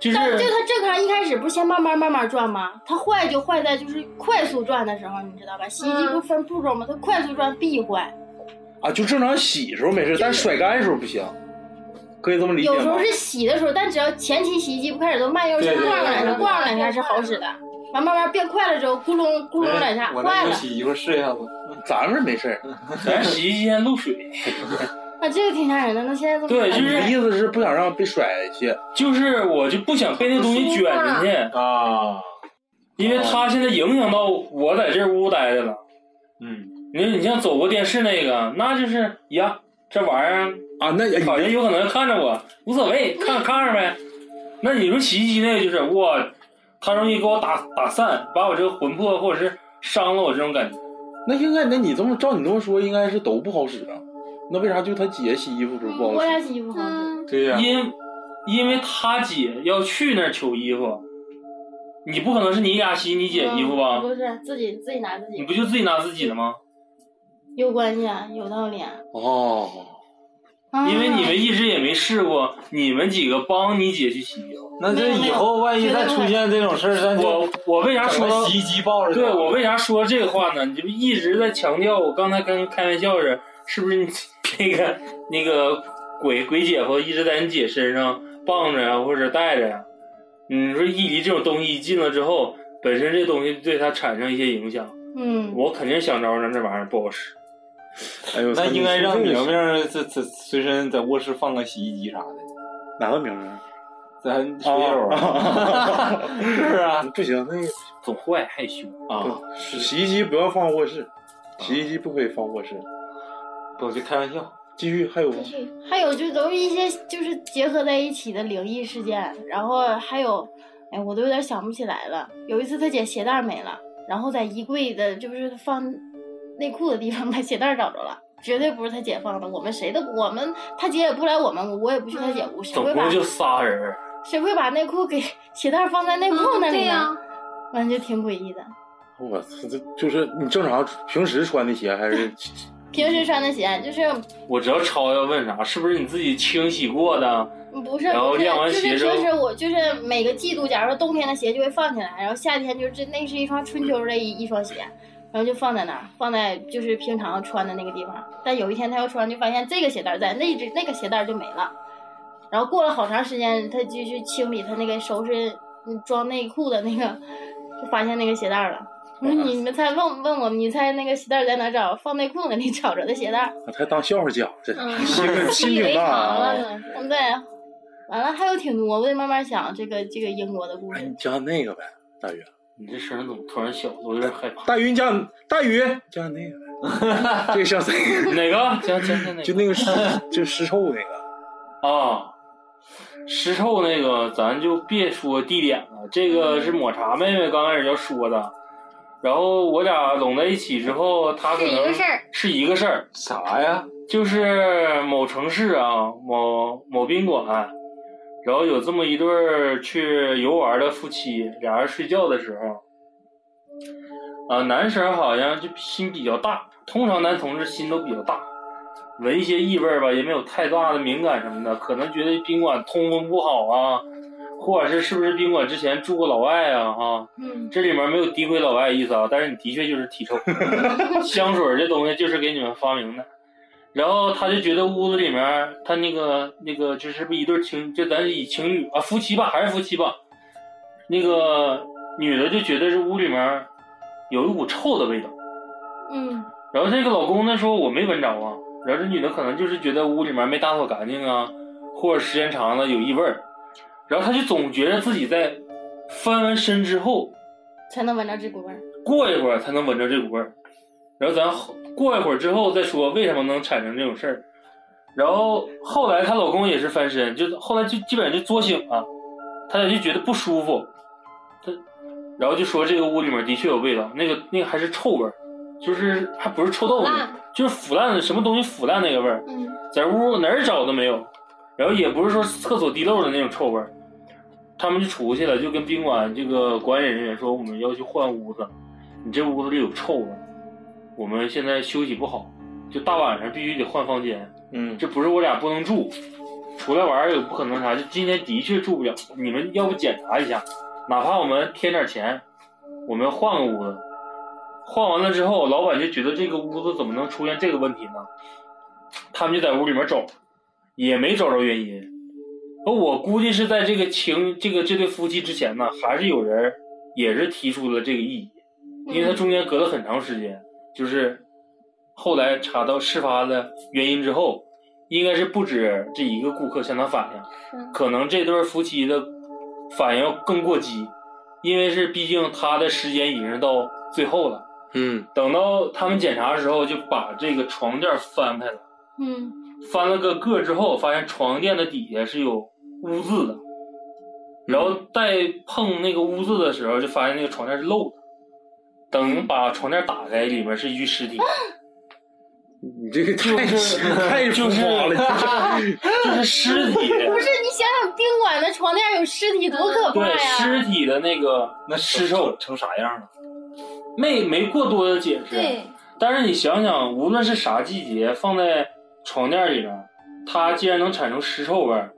S3: 就
S10: 但就是它正常一开始不是先慢慢慢慢转吗？它坏就坏在就是快速转的时候，你知道吧？洗衣机不分步骤吗？它快速转必坏，
S8: 啊，就正常洗的时候没事，但甩干的时候不行，可以这么理解
S10: 有时
S8: 吗
S10: 候？是洗的时候，但只要前期洗衣机不开始都慢悠悠先
S9: 对对
S10: 逛
S9: 对
S10: 两
S9: 对
S10: 下，
S9: 对
S10: 逛两下是好使的，完慢慢变快了之后，咕隆咕隆两下
S9: 我
S10: 坏
S9: 那
S10: 了
S9: 个。洗一会儿试一下子。
S8: 咱们没事儿，
S3: 咱哎洗衣机先漏水，
S10: 啊，这个挺吓人的。那现在这么
S3: 对
S10: 看
S3: 就
S8: 你
S3: 是
S8: 的意思是不想让被甩下去
S3: 就是我就不想被那东西卷进去，
S9: 啊，
S3: 因为它现在影响到我在这屋待着了。
S9: 嗯，
S3: 你说你像走过电视那个，那就是呀，这玩意儿
S8: 啊？那哎
S3: 好像
S8: 你
S3: 有可能看着我，无所谓，看看着呗。那你说洗衣机那个就是我，它容易给我打打散，把我这个魂魄或者是伤了我这种感觉。
S8: 那应该，那你这么照你这么说，应该是都不好使啊。那为啥就他姐洗衣服的时候
S10: 嗯
S8: 不
S10: 我
S8: 好
S10: 俩
S8: 使？
S10: 洗衣服好使。
S5: 嗯
S9: 对呀，
S3: 因因为他姐要去那儿取衣服，你不可能是你俩洗你姐衣服吧
S10: 嗯嗯？不是，自己自己拿自己
S3: 你。不就自己拿自己的吗？
S10: 有关系啊，有道理啊。
S9: 哦，
S10: 啊
S3: 因为你们一直也没试过，你们几个帮你姐去洗衣服。
S9: 那这以后万一再出现这种事儿，咱就
S3: 我我为啥说
S9: 整
S3: 到
S9: 个洗衣机抱着它？
S3: 对我为啥说这个话呢？你不一直在强调我刚才跟开玩笑似的，是不是你 那个那个鬼鬼姐夫一直在你姐身上傍着呀，或者带着呀？你说伊犁这种东西一进了之后，本身这东西对他产生一些影响，
S10: 嗯，
S3: 我肯定想着让这玩意儿不好使。
S8: 哎呦，
S9: 那应该让
S8: 你
S9: 明明这这随身在卧室放个洗衣机啥的，
S8: 哪个名儿？
S9: 咱水友
S8: 啊
S9: 是不是啊？
S8: 不行，那个
S3: 总坏害羞，
S9: 啊，
S8: 洗衣机不要放卧室，洗衣机不可以放卧室。
S9: 我就开玩笑。
S8: 继续，还有吗？
S10: 还有就都是一些就是结合在一起的灵异事件，然后还有，哎，我都有点想不起来了。有一次他姐鞋带没了，然后在衣柜的就是放内裤的地方把鞋带找着了。绝对不是他姐放的，我们谁都我们他姐也不来我们屋，我也不去他姐屋，
S3: 嗯
S10: 谁
S3: 总
S10: 会把
S3: 共就仨人儿，
S10: 谁会把内裤给 鞋带放在内裤那
S5: 嗯对
S10: 里
S5: 呀、
S10: 呢？反正就挺诡异的。
S8: 我操，这就是你正常平时穿的鞋还是？
S10: 平时穿的鞋就是
S3: 我只要超要问啥，是不是你自己清洗过的？
S10: 嗯不是，
S3: 然后
S10: 不是
S3: 晾完鞋
S10: 就是
S3: 之后
S10: 平时我就是每个季度，假如说冬天的鞋就会放起来，然后夏天就是这那是一双春秋的一一双鞋，然后就放在那儿，放在就是平常穿的那个地方。但有一天他要穿，就发现这个鞋带在，那只那个鞋带就没了。然后过了好长时间，他就去清理他那个收拾嗯装内裤的那个，就发现那个鞋带了。我说
S3: 哎
S10: 你们猜问问我，你猜那个鞋带在哪找？放内裤那里找着的鞋带。
S8: 还当笑话讲，这
S5: 嗯
S8: 心心
S5: 习以
S8: 挺
S5: 为
S8: 大
S5: 常
S8: 啊！
S5: 了呢。
S10: 对，完了还有挺多，我得慢慢想这个这个英国的故
S8: 哎，
S10: 事
S8: 你。讲讲那个呗，大鱼，
S3: 你这声儿怎么突然小了？我有点害怕。
S8: 大鱼，你讲大鱼，讲讲那个呗， 这个像谁？
S3: 哪个？讲讲讲哪个？
S8: 就那个尸，就尸臭那个。
S3: 啊，尸臭那个咱就别说地点了，这个是抹茶妹妹刚开始就说的，然后我俩拢在一起之后，她可
S5: 是
S3: 能
S5: 一个事儿
S3: 是一个事儿，
S9: 啥呀？
S3: 就是某城市啊，某某宾馆，然后有这么一对儿去游玩的夫妻，俩人睡觉的时候，啊，男生好像就心比较大，通常男同志心都比较大，闻一些异味儿吧，也没有太大的敏感什么的，可能觉得宾馆通风不好啊，或者是是不是宾馆之前住过老外啊，哈、
S10: 嗯，
S3: 这里面没有诋毁老外的意思啊，但是你的确就是体臭，香水儿这东西就是给你们发明的。然后他就觉得屋子里面，他那个那个就是不一对情，就咱以情侣啊夫妻吧，还是夫妻吧，那个女的就觉得这屋里面有一股臭的味道。
S10: 嗯，
S3: 然后这个老公呢说我没闻着啊，然后这女的可能就是觉得屋里面没打扫干净啊，或者时间长了有异味儿，然后她就总觉得自己在翻完身之后
S10: 才能闻着这股味儿。
S3: 过一会儿才能闻着这股味儿。然后咱后过一会儿之后再说为什么能产生这种事儿。然后后来她老公也是翻身，就后来就基本上就作醒了，她俩就觉得不舒服，她然后就说这个屋里面的确有味道，那个那个还是臭味儿，就是还不是臭豆腐
S5: 腐烂，
S3: 就是腐烂的什么东西腐烂那个味儿，
S5: 嗯，
S3: 在屋哪儿找都没有，然后也不是说厕所滴漏的那种臭味儿。他们就出去了，就跟宾馆这个管理人员说，我们要去换屋子，你这屋子里有臭味儿，我们现在休息不好，就大晚上必须得换房间。
S8: 嗯，
S3: 这不是我俩不能住，出来玩儿也不可能啥，就今天的确住不了。你们要不检查一下，哪怕我们添点钱，我们换个屋子。换完了之后，老板就觉得这个屋子怎么能出现这个问题呢？他们就在屋里面找，也没找着原因。而我估计是在这个情这个这对夫妻之前呢，还是有人也是提出了这个异议，因为它中间隔了很长时间，就是后来查到事发的原因之后，应该是不止这一个顾客向他反映，可能这对夫妻的反应更过激，因为是毕竟他的时间已经到最后了。
S9: 嗯，
S3: 等到他们检查的时候，就把这个床垫翻开了，
S10: 嗯，
S3: 翻了个个儿之后，发现床垫的底下是有污渍的，然后在碰那个污渍的时候，就发现那个床垫是漏的。等把床垫打开，里面是一具尸 体。
S8: 你这个
S3: 就
S8: 太
S3: 是
S8: 太浮
S3: 就是
S8: 夸了，
S3: 就是尸 体，
S10: 不是你想想，宾馆的床垫有尸体多可怕
S3: 对
S10: 呀！
S3: 尸体的那个
S9: 那
S3: 尸
S9: 尸
S3: 臭
S9: 臭成啥样了？
S3: 没没过多的解释，
S5: 对，
S3: 但是你想想，无论是啥季节，放在床垫里面，它既然能产生尸臭味儿，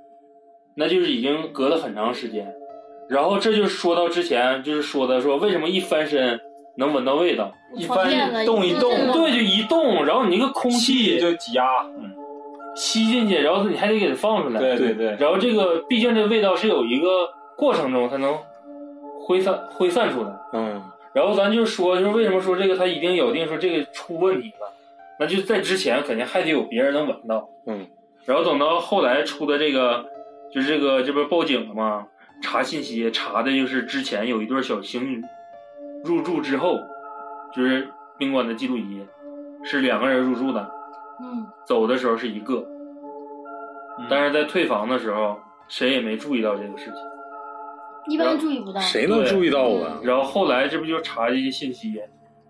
S3: 那就是已经隔了很长时间。然后这就说到之前就是说的，说为什么一翻身能闻到味道？
S9: 一
S10: 床垫子
S9: 翻动一动
S10: 就是，
S3: 对，就一动，然后你那个空气
S9: 气就挤压，
S3: 吸进去，然后你还得给它放出来。
S9: 对对对，
S3: 然后这个毕竟这味道是有一个过程中才能挥散挥散出来。
S8: 嗯，
S3: 然后咱就说，就是为什么说这个它一定咬定说这个出问题了，那就在之前肯定还得有别人能闻到，
S8: 嗯，
S3: 然后等到后来出的这个，就是这个这不报警了吗？查信息查的就是之前有一对小情侣入住之后，就是宾馆的记录仪是两个人入住的，
S10: 嗯，
S3: 走的时候是一个，但是在退房的时候谁也没注意到这个事情。
S10: 一般人注意不到。
S8: 谁能注意到啊？
S3: 然后后来这不就查这些信息，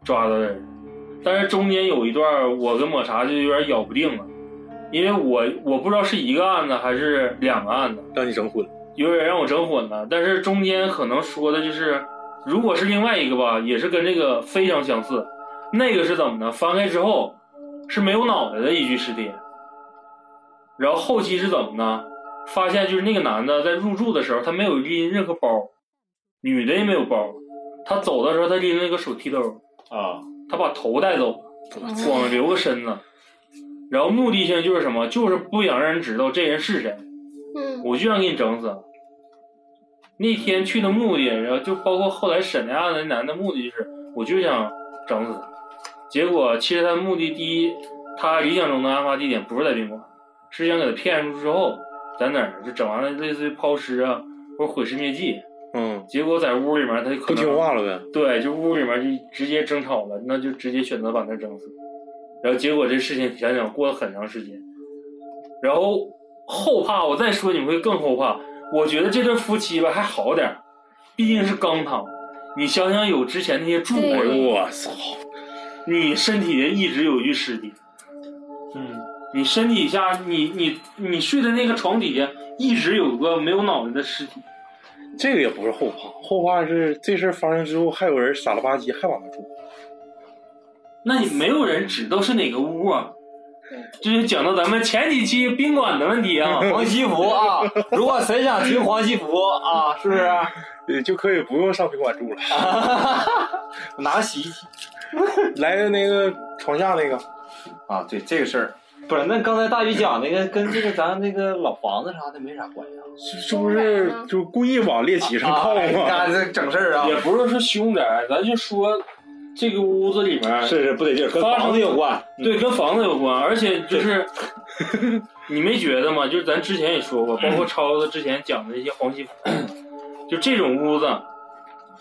S3: 抓到人，但是中间有一段我跟抹茶就有点咬不定了，因为我我不知道是一个案子还是两个案子，
S8: 让你整混了。
S3: 有点让我整混了。但是中间可能说的就是，如果是另外一个吧，也是跟这个非常相似。那个是怎么呢？翻开之后是没有脑袋的一具尸体，然后后期是怎么呢？发现就是那个男的在入住的时候，他没有拎任何包，女的也没有包，他走的时候他拎了一个手提兜，
S9: 啊，
S3: 他把头带走，光留个身子。然后目的性就是什么？就是不想让人知道这人是谁。
S5: 嗯
S3: 我就想给你整死。那天去的目的，然后就包括后来审那案子那男的目的就是，我就想整死他。结果其实他的目的，第一，他理想中的案发地点不是在宾馆，是想给他骗出之后，在哪儿就整完了，类似于抛尸啊或者毁尸灭迹。
S8: 嗯，
S3: 结果在屋里面他就可
S8: 不
S3: 能
S8: 听话了呗。
S3: 对，就屋里面就直接争吵了，那就直接选择把他整死。然后结果这事情想想过了很长时间，然后后怕我再说你们会更后怕。我觉得这对夫妻吧还好点儿，毕竟是钢汤。你想想有之前那些住过
S8: 哎
S3: 的，
S8: 呦我操！
S3: 你身体里一直有一具尸体，
S9: 嗯，
S3: 你身体下你你你睡的那个床底下一直有个没有脑袋的尸体。
S8: 这个也不是后怕，后怕是这事儿发生之后，还有人傻了吧唧还往那住。
S3: 那你没有人知道是哪个屋啊？这就讲到咱们前几期宾馆的问题 啊。
S9: 黄西服啊，如果谁想听黄西服啊，是不 是？
S8: 呃，就可以不用上宾馆住了，
S9: 拿个洗衣机
S8: 来个那个床下那个，
S9: 啊，对这个事儿，不是那刚才大鱼讲那个跟这个咱那个老房子啥的没啥关系啊，
S8: 是是不是就故意往猎奇上靠嘛？
S9: 啊这整事儿啊
S3: 也，不是说凶点儿，咱就说这个屋子里面，
S9: 是是不得劲儿，跟
S3: 发生
S9: 房子有嗯关，
S3: 对，跟房子有关，而且就是你没觉得吗？就是咱之前也说过， 包括超子之前讲的那些黄西 服，就这种屋子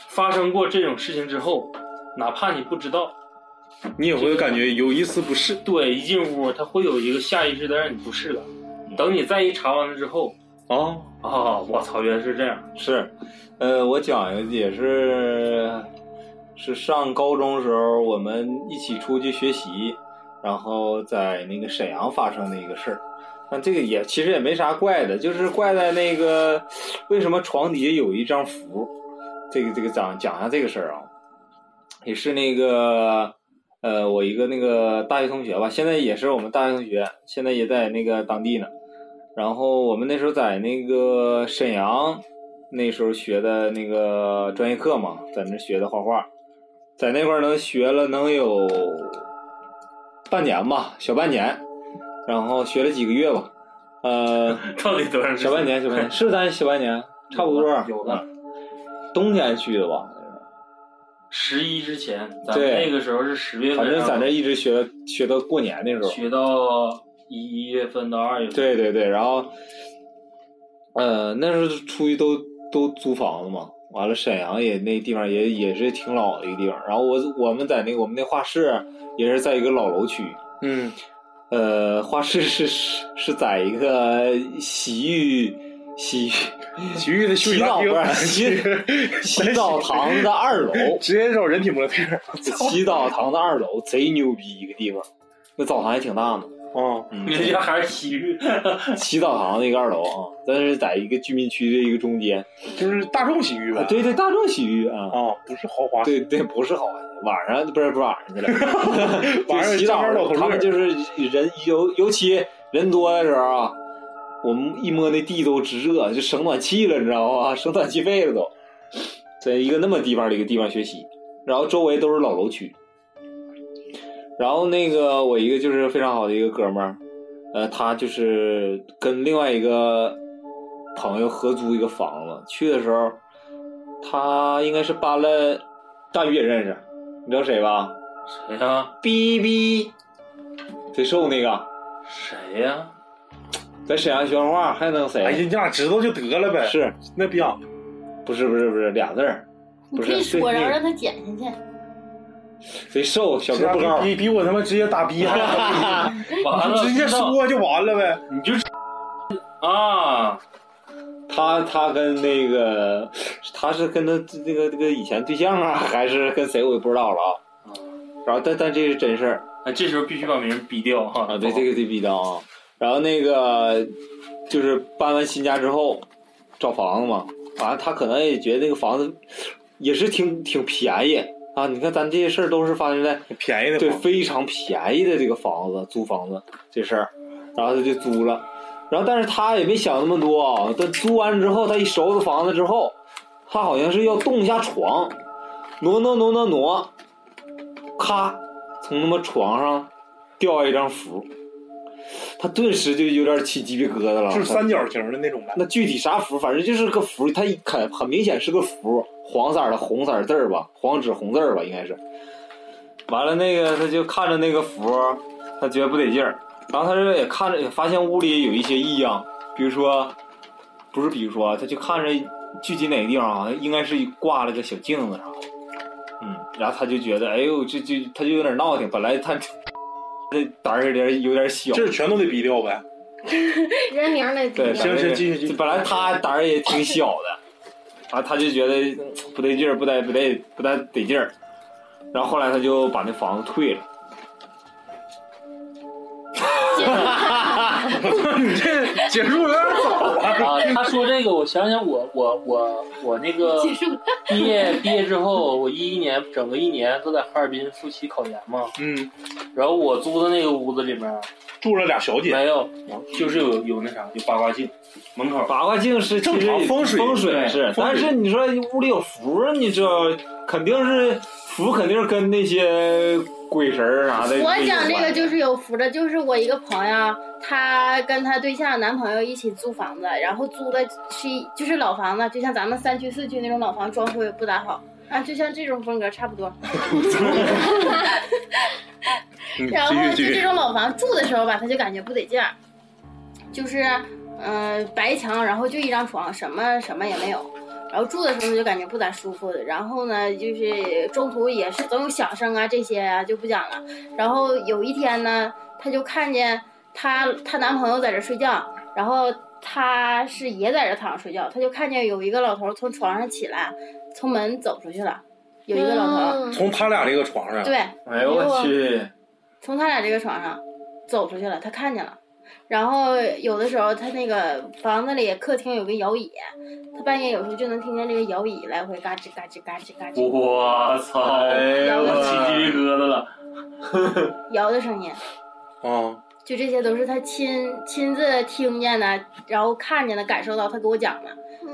S3: 发生过这种事情之后，哪怕你不知道，
S8: 你也会感觉有一丝不适。
S3: 对，一进屋它会有一个下意识的让你不适感。
S9: 嗯
S3: 等你再一查完了之后，
S8: 啊，
S3: 啊，我操，原来是这样。
S9: 是，呃，我讲一个也是，是上高中时候我们一起出去学习，然后在那个沈阳发生的一个事儿。那这个也其实也没啥怪的，就是怪在那个为什么床底下有一张符？这个这个讲讲一下这个事儿啊，也是那个呃，我一个那个大学同学吧，现在也是我们大学同学，现在也在那个当地呢。然后我们那时候在那个沈阳，那时候学的那个专业课嘛，在那学的画画，在那块儿能学了能有半年吧，小半年，然后学了几个月吧，呃，
S3: 到底多长时间？
S9: 小半年，小半年，是咱小半年，差不多啊
S3: 有的。
S9: 冬天去的吧，
S3: 十一之前，咱们
S9: 对
S3: 那个时候是十月份，
S9: 反正在
S3: 然后
S9: 那一直学，学到过年那时候。
S3: 学到一月份到二月份。
S9: 对对对，然后，呃，那时候出去都都租房子嘛，完了沈阳也那地方也也是挺老的一个地方。然后我我们在那个我们那画室也是在一个老楼区，
S8: 嗯，
S9: 呃，画室是是是在一个洗浴洗浴
S8: 洗浴的休息
S9: 洗
S8: 大
S9: 澡
S8: 厅
S9: 不，是洗洗澡堂的二楼，
S8: 直接找人体模特儿。
S9: 洗澡堂的二楼贼牛逼一个地方，那澡堂也挺大呢。嗯
S8: 哦，
S3: 你这还是西域，
S9: 祈祷堂那个二楼 啊，但是在一个居民区的一个中间，
S8: 就是大众洗浴呗。
S9: 啊对对，大众洗浴啊，
S8: 啊，不是豪华。
S9: 对对，不是好玩意晚上不是不是晚上去了，
S8: 晚上
S9: 就洗
S8: 专
S9: 澡
S8: 门
S9: 的时
S8: 老
S9: 候
S8: 头
S9: 他
S8: 乐
S9: 们就是人尤尤其人多的时候啊，我们一摸那地都直热，就省暖气了，你知道吗？ 省暖气费了都，在一个那么地方的一个地方学习，然后周围都是老楼区，然后那个我一个就是非常好的一个哥们儿，呃，他就是跟另外一个朋友合租一个房子，去的时候他应该是搬了，大鱼也认识，你知道谁吧？
S3: 谁呀？
S9: 哔哔，最瘦那个，
S3: 谁呀？
S9: 在沈阳学画画，还能谁？
S8: 哎呀，你俩知道就得了呗。
S9: 是
S8: 那逼样，
S9: 不是不是不是俩字儿？
S10: 你
S9: 不
S10: 可
S9: 是
S10: 以说，
S9: 对
S10: 然后
S9: 那
S10: 让他剪下去。
S9: 最瘦小
S8: 这
S9: 个
S8: 家
S9: 不高
S8: 伙，啊比比我他妈直接打逼 还高
S3: 完了，
S8: 哎直接说就完了呗。
S3: 你就啊，
S9: 他他跟那个他是跟他那个这个以前对象啊，还是跟谁我也不知道了啊。然后但但这是真事儿，
S3: 哎这时候必须把名儿逼掉哈。
S9: 啊，对，这个得逼的啊。然后那个就是搬完新家之后找房子嘛，反正他可能也觉得那个房子也是挺挺便宜啊。你看咱这些事儿都是发生在
S8: 便宜的
S9: 对
S8: 房子
S9: 非常便宜的这个房子租房子这事儿，然后他就租了。然后但是他也没想那么多啊，他租完之后，他一收拾房子之后，他好像是要动一下床，挪挪挪挪挪，咔，从他妈床上掉下一张符，他顿时就有点起鸡皮疙瘩了。
S8: 就是三角形的那种呗。
S9: 那具体啥符，反正就是个符，它一很很明显是个符，黄色儿的红色儿字儿吧，黄纸红字儿吧，应该是。完了，那个他就看着那个符，他觉得不得劲儿，然后他这也看着，也发现屋里有一些异样，比如说，不是比如说，他就看着具体哪个地方啊，应该是挂了个小镜子啥的，嗯，然后他就觉得，哎呦，这这他就有点闹挺，本来他 这胆儿有点有点小，
S8: 这全都得逼掉呗。
S5: 人名儿得
S9: 对，
S5: 定
S8: 行
S9: 本来
S8: 行继续继续
S9: 本来他胆儿也挺小的，啊，他就觉得嗯不对劲儿，不得不得不太得劲儿，然后后来他就把那房子退了。
S8: 你这结束有点早啊。
S3: 啊， 他说这个，我想想我，我我我那个
S10: 结束了。
S3: 毕业毕业之后，我一一年整个一年都在哈尔滨复习考研嘛。
S8: 嗯，
S3: 然后我租的那个屋子里面
S8: 住了俩小姐，
S3: 没有，就是有有那啥，有八卦镜，门口
S9: 八卦镜是
S8: 正常
S9: 其实
S8: 风水
S9: 风水
S3: 对
S9: 是，
S8: 风水
S9: 但是你说屋里有符儿，你这肯定是符，肯定是跟那些鬼神儿啊啥的。
S10: 我讲这个就是有福的，就是我一个朋友，她跟她对象男朋友一起租房子，然后租的是就是老房子，就像咱们三居四居那种老房，装修也不咋好啊，就像这种风格差不多。
S8: 嗯
S10: 然后
S8: 继续
S10: 就
S8: 继
S10: 这
S8: 续。
S10: 种老房住的时候吧，他就感觉不得劲儿，就是嗯、呃白墙，然后就一张床，什么什么也没有。然后住的时候就感觉不咋舒服的，然后呢，就是中途也是总有响声啊这些啊就不讲了。然后有一天呢，她就看见她她男朋友在这睡觉，然后她是也在这躺着睡觉，她就看见有一个老头从床上起来，从门走出去了，有一个老头，
S5: 嗯
S8: 从他俩这个床上，
S10: 对，
S9: 哎呦我去！
S10: 从他俩这个床上走出去了，他看见了。然后有的时候他那个房子里客厅有个摇椅，他半夜有时候就能听见这个摇椅来回嘎吱嘎吱嘎吱嘎吱
S3: 我操！
S9: 呦
S3: 我起鸡皮疙瘩了。
S10: 摇的声音，
S8: 啊，
S10: 就这些都是他亲亲自听见的，然后看见的，感受到他给我讲的。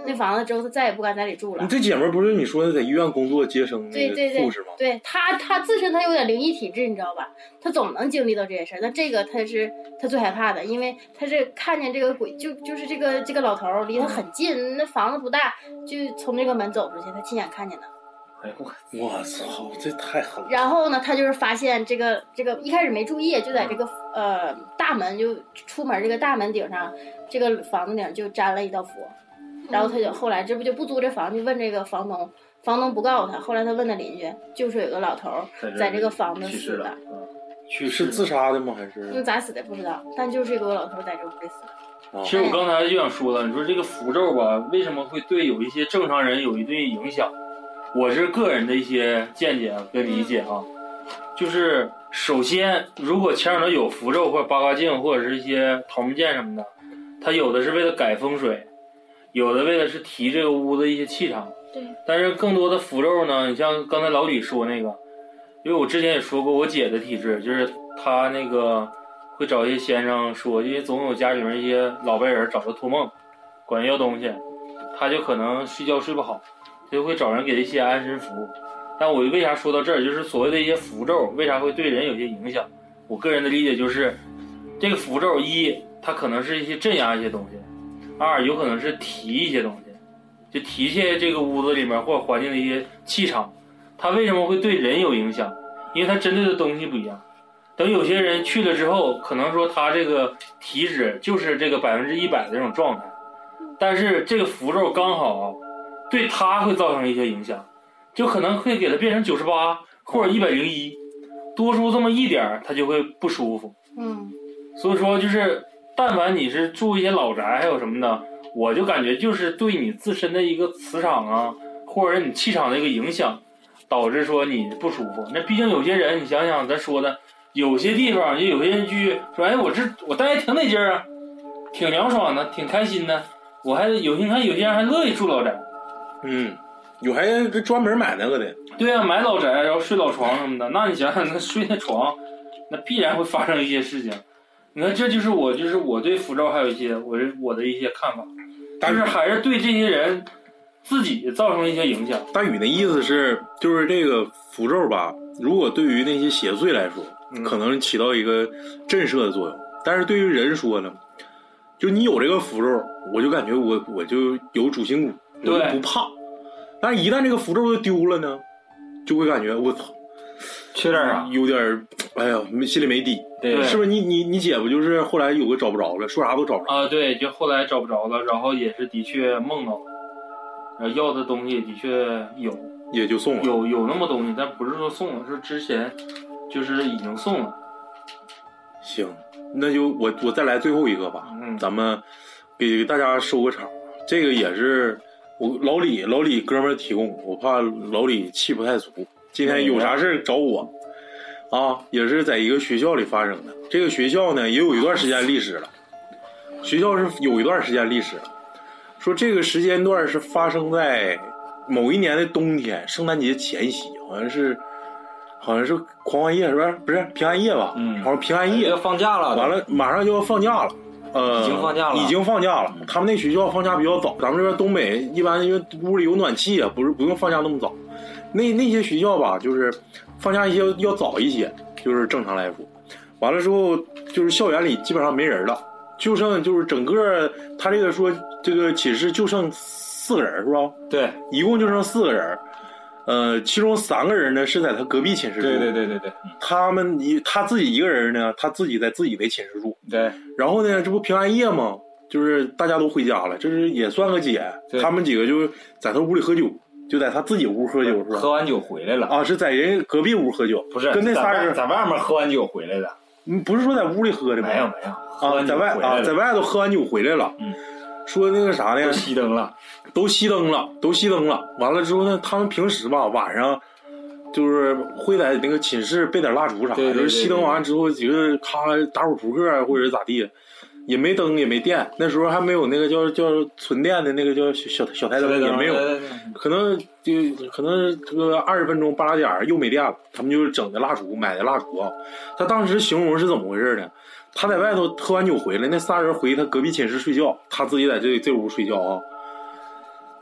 S10: 那房子之后他再也不敢在里住
S8: 你
S10: 了。
S8: 这姐们儿不是你说的在医院工作接生那
S10: 对对
S8: 个
S10: 对
S8: 护士吗？
S10: 对他，他自身他有点灵异体质，你知道吧？他总能经历到这些事儿。但这个他是他最害怕的，因为他是看见这个鬼，就就是这个这个老头儿离他很近，那房子不大，就从这个门走出去，他亲眼看见的。
S3: 哎呦我
S8: 我操，这太狠了！
S10: 然后呢，他就是发现这个这个一开始没注意，就在这个呃大门就出门这个大门顶上，这个房子顶就粘了一道符。然后他就后来这不就不租这房，就问这个房东，房东不告诉他。后来他问他邻居，就是有个老头儿在这个房子
S3: 去世
S10: 死
S3: 了嗯
S10: 的。，
S3: 去世
S8: 是自。杀的吗？还
S10: 那
S8: 是？
S10: 咋死的不知道，但就是有个老头在这屋里死的。
S8: 啊
S3: 其实我刚才就想说了，你说这个符咒吧，为什么会对有一些正常人有一定影响？我是个人的一些见解和理解啊，就是首先，如果墙上头有符咒或者八卦镜或者是一些桃木剑什么的，它有的是为了改风水，有的为了是提这个屋子一些气场。
S5: 对。
S3: 但是更多的符咒呢，你像刚才老李说那个，因为我之前也说过我姐的体质，就是她那个会找一些先生说，因为总有家里面一些老辈人找她托梦，管她要东西，她就可能睡觉睡不好，她就会找人给她一些安神符。但我为啥说到这儿，就是所谓的一些符咒，为啥会对人有些影响？我个人的理解就是，这个符咒一，它可能是一些镇压一些东西；二，有可能是提一些东西，就提些这个屋子里面或者环境的一些气场。它为什么会对人有影响？因为它针对的东西不一样。等有些人去了之后，可能说他这个体脂就是这个百分之一百的这种状态，但是这个符咒刚好啊对他会造成一些影响。就可能会给它变成九十八或者一百零一，多出这么一点儿，它就会不舒服。
S5: 嗯，
S3: 所以说，就是但凡你是住一些老宅还有什么的，我就感觉就是对你自身的一个磁场啊，或者你气场的一个影响，导致说你不舒服。那毕竟有些人，你想想咱说的，有些地方就有些人居说，哎，我这我待着挺得劲儿啊，挺凉爽的，挺开心的。我还有些你看有些人还乐意住老宅，
S8: 嗯，有还专门买那个的，
S3: 对呀、买老宅，然后睡老床什么的，那你想想，那睡那床，那必然会发生一些事情。你看，这就是我，就是我对符咒还有一些我是我的一些看法，
S8: 大
S3: 但
S8: 宇
S3: 是还是对这些人自己造成了一些影响。
S8: 大宇的意思是，就是这个符咒吧，如果对于那些邪祟来说，
S3: 嗯
S9: 嗯
S8: 可能起到一个震慑的作用，但是对于人说呢，就你有这个符咒，我就感觉我我就有主心骨，我
S3: 对
S8: 就不怕。但是一旦这个符咒就丢了呢，就会感觉我操，
S9: 缺点啥？
S3: 嗯
S8: 有点儿，哎呀，没心里没底，
S9: 对
S8: 是不是你？你你姐不就是后来有个找不着了，说啥都找不着，
S3: 啊，对，就后来找不着了，然后也是的确梦到了，然后要的东西也的确有，
S8: 也就送了。
S3: 有有那么东西，但不是说送了，是之前就是已经送了。
S8: 行，那就我我再来最后一个吧，
S3: 嗯
S8: 咱们给大家收个场。这个也是我老李老李哥们儿提供，我怕老李气不太足，今天有啥事儿找我。啊，也是在一个学校里发生的。这个学校呢，也有一段时间历史了，学校是有一段时间历史了。说这个时间段是发生在某一年的冬天，圣诞节前夕，好像是，好像是狂欢夜是不是？不是平安夜吧？
S9: 嗯
S8: 好像平安夜
S9: 要放假了，
S8: 完了，马上就要放假了。呃，
S9: 已经放假了嗯
S8: 已经放假了。他们那学校放假比较早，咱们这边东北一般因为屋里有暖气啊，不是不用放假那么早。那那些学校吧，就是放假一些要早一些，就是正常来说。完了之后，就是校园里基本上没人了，就剩就是整个他这个说这个寝室就剩四个人是吧？
S9: 对
S8: 一共就剩四个人，呃，其中三个人呢是在他隔壁寝室住，
S9: 对对对对对
S8: 他们一他自己一个人呢，他自己在自己的寝室住。
S9: 对，
S8: 然后呢，这不平安夜吗？就是大家都回家了，这是也算个解。
S9: 对
S8: 他们几个就在他屋里喝酒，就在他自己屋喝酒是
S9: 喝
S8: 吧？
S9: 完酒回来了，
S8: 啊，是在人家隔壁屋喝酒，
S9: 不是
S8: 跟那仨人
S9: 在在外面喝完酒回来的，
S8: 嗯不是说在屋里喝的吗？
S9: 没有没有，喝
S8: 啊，
S9: 完
S8: 在
S9: 酒
S8: 外
S9: 回来
S8: 啊，
S9: 了
S8: 在外头喝完酒回来了。
S9: 嗯，
S8: 说那个啥呢
S9: 都？熄灯了，
S8: 都熄灯了，都熄灯了。完了之后呢，他们平时吧晚上就是会在那个寝室备点蜡烛啥的，
S9: 对对对
S8: 就是熄灯完了之后几个人咔打会儿扑克啊或者是咋地，也没灯也没电，那时候还没有那个叫叫存电的那个叫小小小台灯也没有，
S9: 啊对对对
S8: 可能就可能这个二十分钟八点儿又没电了，他们就是整的蜡烛买的蜡烛啊。他当时形容是怎么回事呢？他在外头喝完酒回来，那仨人回他隔壁寝室睡觉，他自己在这这屋睡觉啊。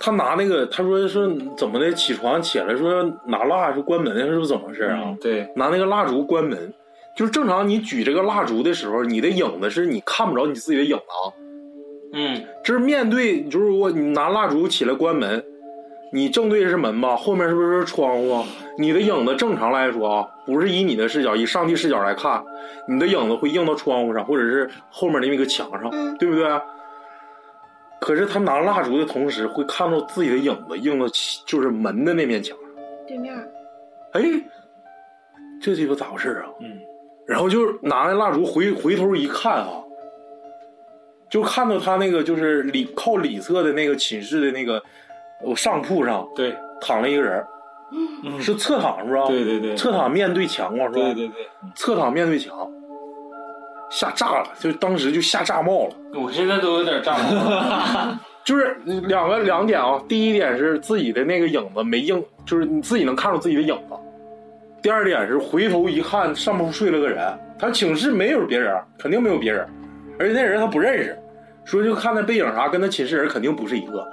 S8: 他拿那个，他说是怎么的？起床起来说拿蜡是关门，是不是怎么回事啊？
S9: 嗯对
S8: 拿那个蜡烛关门，就是正常你举这个蜡烛的时候，你的影子是你看不着你自己的影子啊。
S3: 嗯，
S8: 这是面对，就是如果你拿蜡烛起来关门，你正对是门吧，后面是不是窗户啊？你的影子正常来说啊，不是以你的视角，以上帝视角来看，你的影子会映到窗户上，或者是后面的那个墙上，
S2: 嗯
S8: 对不对？可是他拿蜡烛的同时，会看到自己的影子映到其就是门的那面墙上。
S5: 对面儿
S8: 哎，这鸡巴咋回事啊？
S9: 嗯，
S8: 然后就拿那蜡烛回回头一看啊，就看到他那个就是里靠里侧的那个寝室的那个呃上铺上
S9: 对
S8: 躺了一个人儿，是侧躺是吧？
S9: 对对对
S8: 侧躺面对墙嘛是吧？
S9: 对对对，
S8: 侧躺面对墙，吓炸了，就当时就吓炸冒了。
S3: 我现在都有点炸 毛。
S8: 就是两个两点啊，第一点是自己的那个影子没映，就是你自己能看到自己的影子；第二点是回头一看，上铺睡了个人，他寝室没有别人，肯定没有别人，而且那人他不认识，说就看他背影啥，跟他寝室人肯定不是一个，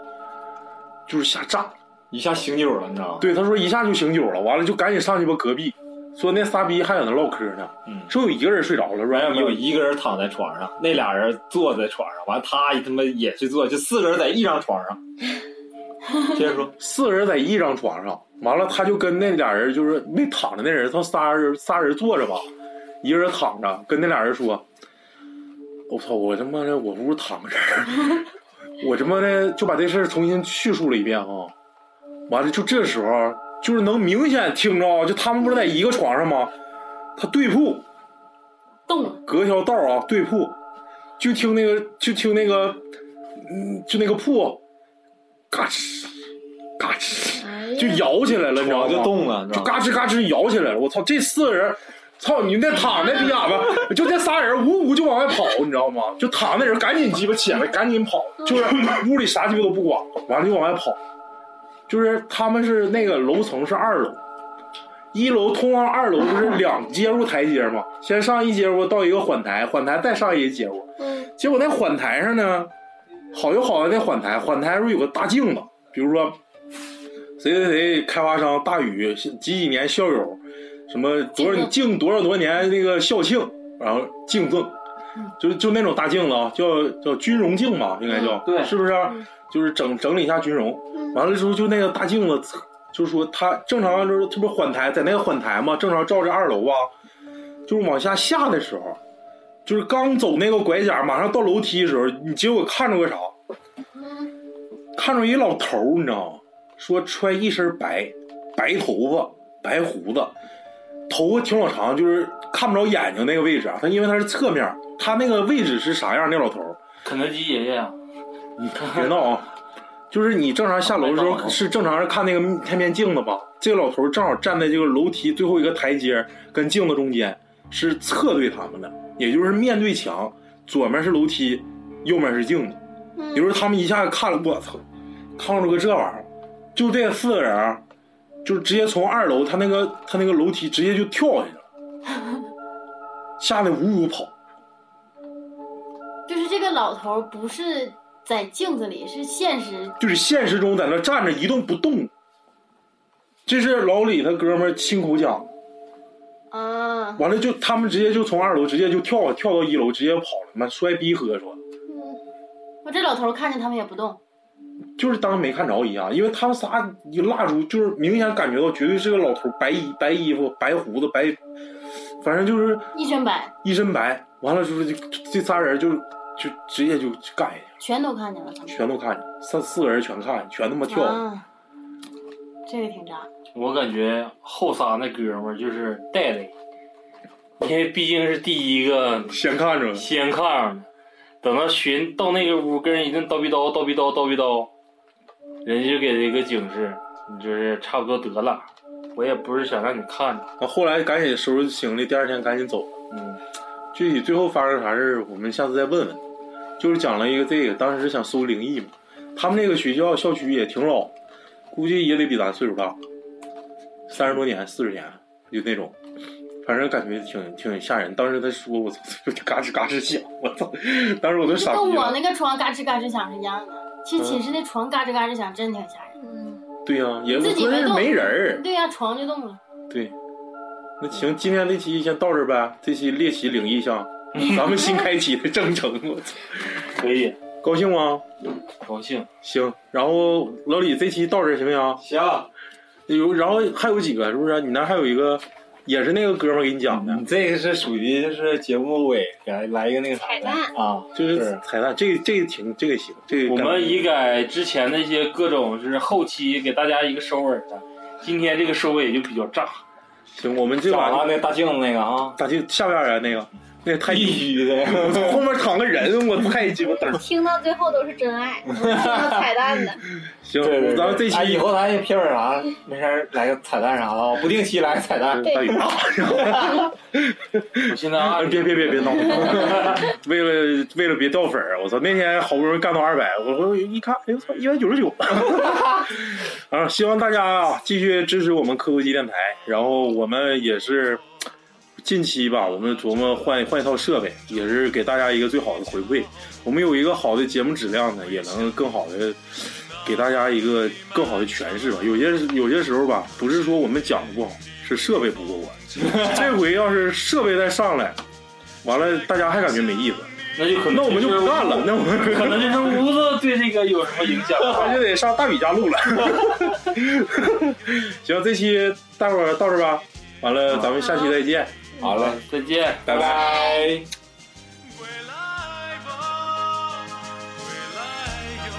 S8: 就是吓炸了。
S9: 一下醒酒了，你知道吗？
S8: 对，他说一下就醒酒了，完了就赶紧上去吧隔壁，说那仨逼还在那唠嗑呢，
S9: 嗯
S8: 说有一个人睡着了，
S9: 然
S8: 软
S9: 后
S8: 软
S9: 有一个人躺在床上，那俩人坐在床上，完他他妈也去坐，就四个人在一张床上。接着说，
S8: 四个人在一张床上，完了他就跟那俩人就是没躺着那人，他仨人仨人坐着吧，一个人躺着，跟那俩人说：“我、操，我他妈的我屋躺个人儿，我他妈的就把这事儿重新叙述了一遍啊。”完了，就这时候就是能明显听着啊，就他们不是在一个床上吗？他对铺
S10: 动了，
S8: 隔条道啊，对铺，就听那个，就听那个，嗯，就那个铺，嘎吱，嘎吱，
S5: 哎呀
S8: 就摇起来了，你知道
S9: 床
S8: 吗？
S9: 就动了，你
S8: 就
S9: 知道
S8: 嘎
S9: 吗？
S8: 吱嘎吱摇起来了。我操，这四个人，操你那躺那逼哑巴，就这仨人呜呜就往外跑，你知道吗？就躺那人赶紧鸡巴起来，赶紧跑，就是屋里啥鸡巴都不管，完了就往外跑。就是他们是那个楼层是二楼，一楼通往二楼不是两阶屋台阶嘛？先上一阶屋到一个缓台，缓台再上一阶屋。
S5: 嗯，
S8: 结果那缓台上呢，好就好在那缓台，缓台上有个大镜子，比如说谁谁谁开发商大宇几几年校友，什么多少敬多少多少年那个校庆，然后敬赠，就就那种大镜子啊，叫叫军容镜吧，应该叫，
S3: 对
S8: 是不是？就是整整理一下军容，完了之后就那个大镜子，就是说他正常就是这不是缓台，在那个缓台嘛，正常照着二楼啊，就是往下下的时候，就是刚走那个拐角，马上到楼梯的时候，你结果看着个啥？看着一老头儿，你知道吗？说穿一身白，白头发，白胡子，头发挺老长，就是看不着眼睛那个位置啊。他因为他是侧面，他那个位置是啥样？那老头儿，
S3: 肯德基爷爷啊，
S8: 你别闹啊！就是你正常下楼的时
S3: 啊
S8: 候，是正常是看那个面面镜子吧？这个老头儿正好站在这个楼梯最后一个台阶跟镜子中间，是侧对他们的，也就是面对墙，左面是楼梯，右面是镜子。也就是他们一下看了，我操，看着个这玩意儿，就这四个人儿，就直接从二楼他那个他那个楼梯直接就跳下去了，吓得呜呜跑。
S10: 就是这个老头儿不是在镜子里，是现实。
S8: 就是现实中在那站着一动不动。这是老李他哥们儿亲口讲，
S10: 啊，
S8: 完了就他们直接就从二楼直接就跳跳到一楼，直接跑了，妈摔逼喝说，
S10: 我这老头儿看见他们也不动，
S8: 就是当没看着一样，因为他们仨一蜡烛就是明显感觉到绝对是个老头儿，白衣白衣服白胡子白，反正就是
S10: 一身白，
S8: 一身白，完了就是这这仨人就就直接就就干下去了，
S10: 全都看见了他们。
S8: 全都看见，三四个人全看见，全他妈跳了。
S10: 啊，这个挺渣。
S3: 我感觉后仨那哥们儿就是带的，因为毕竟是第一个
S8: 先看着了，
S3: 先看上的，等到寻到那个屋跟人一顿叨逼叨叨逼叨叨逼叨，人家就给了一个警示，你就是差不多得了，我也不是想让你看着，
S8: 完后来赶紧收拾行李，第二天赶紧走。
S3: 嗯，
S8: 具体最后发生啥事儿，我们下次再问问。就是讲了一个这个，当时是想搜灵异嘛，他们那个学校校区也挺老，估计也得比咱岁数大，三十多年、四十年就那种，反正感觉挺挺吓人。当时他说我操， 嘎吱嘎吱响，我操！当时我都
S10: 就
S8: 傻
S10: 跟
S8: 逼
S10: 我
S8: 了。
S10: 那个床嘎吱嘎吱响是一样的。其实寝室那床嘎吱嘎吱响真挺吓人。
S8: 对呀、也
S10: 自己
S8: 关键
S10: 没
S8: 是
S10: 动
S8: 没人儿。
S10: 对呀、床就动了。
S8: 对，那行，今天这期先到这儿呗。这期猎奇灵异 项，咱们新开启的征程，我操，
S3: 可以，
S8: 高兴吗？
S3: 高兴，
S8: 行，然后老李这期到这儿行不行？
S9: 行，
S8: 有，然后还有几个是不是？你那还有一个，也是那个哥们儿给你讲的，
S11: 嗯
S9: 你这个是属于就是节目尾来来一个那个啥
S5: 彩
S9: 的
S5: 蛋
S9: 啊，
S8: 就是彩蛋。这个这个挺这个行，这个
S3: 我
S8: 干
S3: 们一改之前那些各种就是后期给大家一个收尾的，今天这个收尾就比较炸，
S8: 行，我们这
S9: 讲
S8: 把
S9: 了那大镜子那个啊，
S8: 打进下边儿来那个，那也太
S11: 必须的。
S8: 后面躺个人，我太鸡巴嘚儿。
S5: 听到最后都是真爱，我 听到彩蛋的。
S8: 行，
S11: 对对对，
S8: 咱们这
S11: 哎以
S8: 期
S11: 后咱也片尾啥，没事儿来个彩蛋啥的啊，不定期来个彩蛋。
S5: 对
S8: 大雨大，
S3: 我现在啊，
S8: 别别别别闹！为了为了别掉粉儿，我操！那天好不容易干到二百，我说一看，哎呦操，一百九十 九！啊，希望大家啊继续支持我们科科机电台，然后我们也是近期吧，我们琢磨换换一套设备，也是给大家一个最好的回馈。我们有一个好的节目质量呢，也能更好的给大家一个更好的诠释吧。有些有些时候吧，不是说我们讲的不好，是设备不过关。 这回要是设备再上来，完了大家还感觉没意思，
S3: 那就可能
S8: 那我们就是不干了，那我 们。
S3: 可能就是屋子对这个有什么影响
S8: 那就得上大米家录了。 行，这期大伙儿到这儿吧，完了咱们下期再见。
S11: 好嘞，
S3: 再见，
S8: 拜拜
S11: 拜。
S9: 回来吧，回来哟，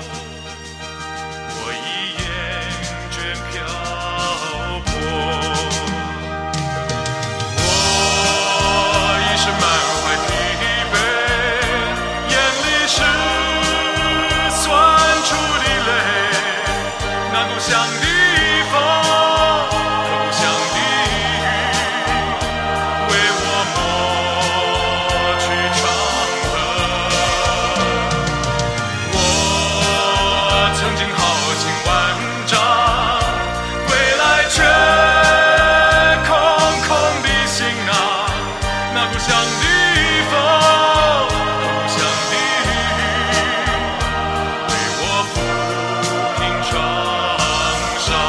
S9: 我已厌倦漂泊，我已是满怀疲惫，眼里是酸楚的泪，那故乡的风，故乡的雨。为我抹去伤痕。我曾经豪情万丈，归来却空空的行囊。那故乡的风，故乡的雨，为我抚平创伤。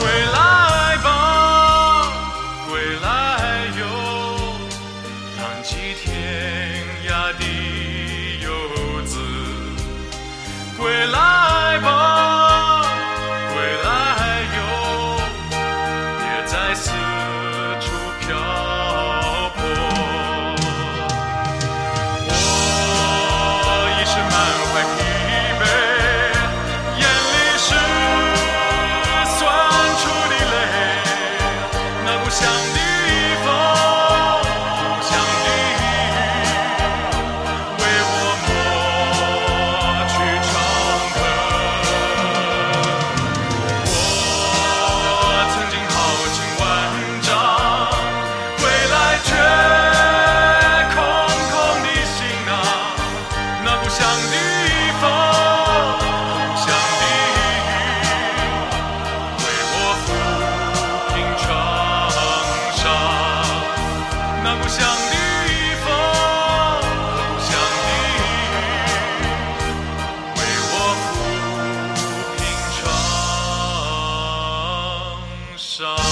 S9: 归来吧，归来哟，浪迹天涯的游子。归来吧，归来哟，别再四处漂泊。我已是满怀疲惫，眼里是酸楚的泪，那故乡的风，故乡的雨，为我抹去伤痕。我曾经豪情万丈，归来却空空的行囊。那故乡的风，故乡的雨，为我抚平创伤。那故乡的风，故乡的雨。为我抚平创伤。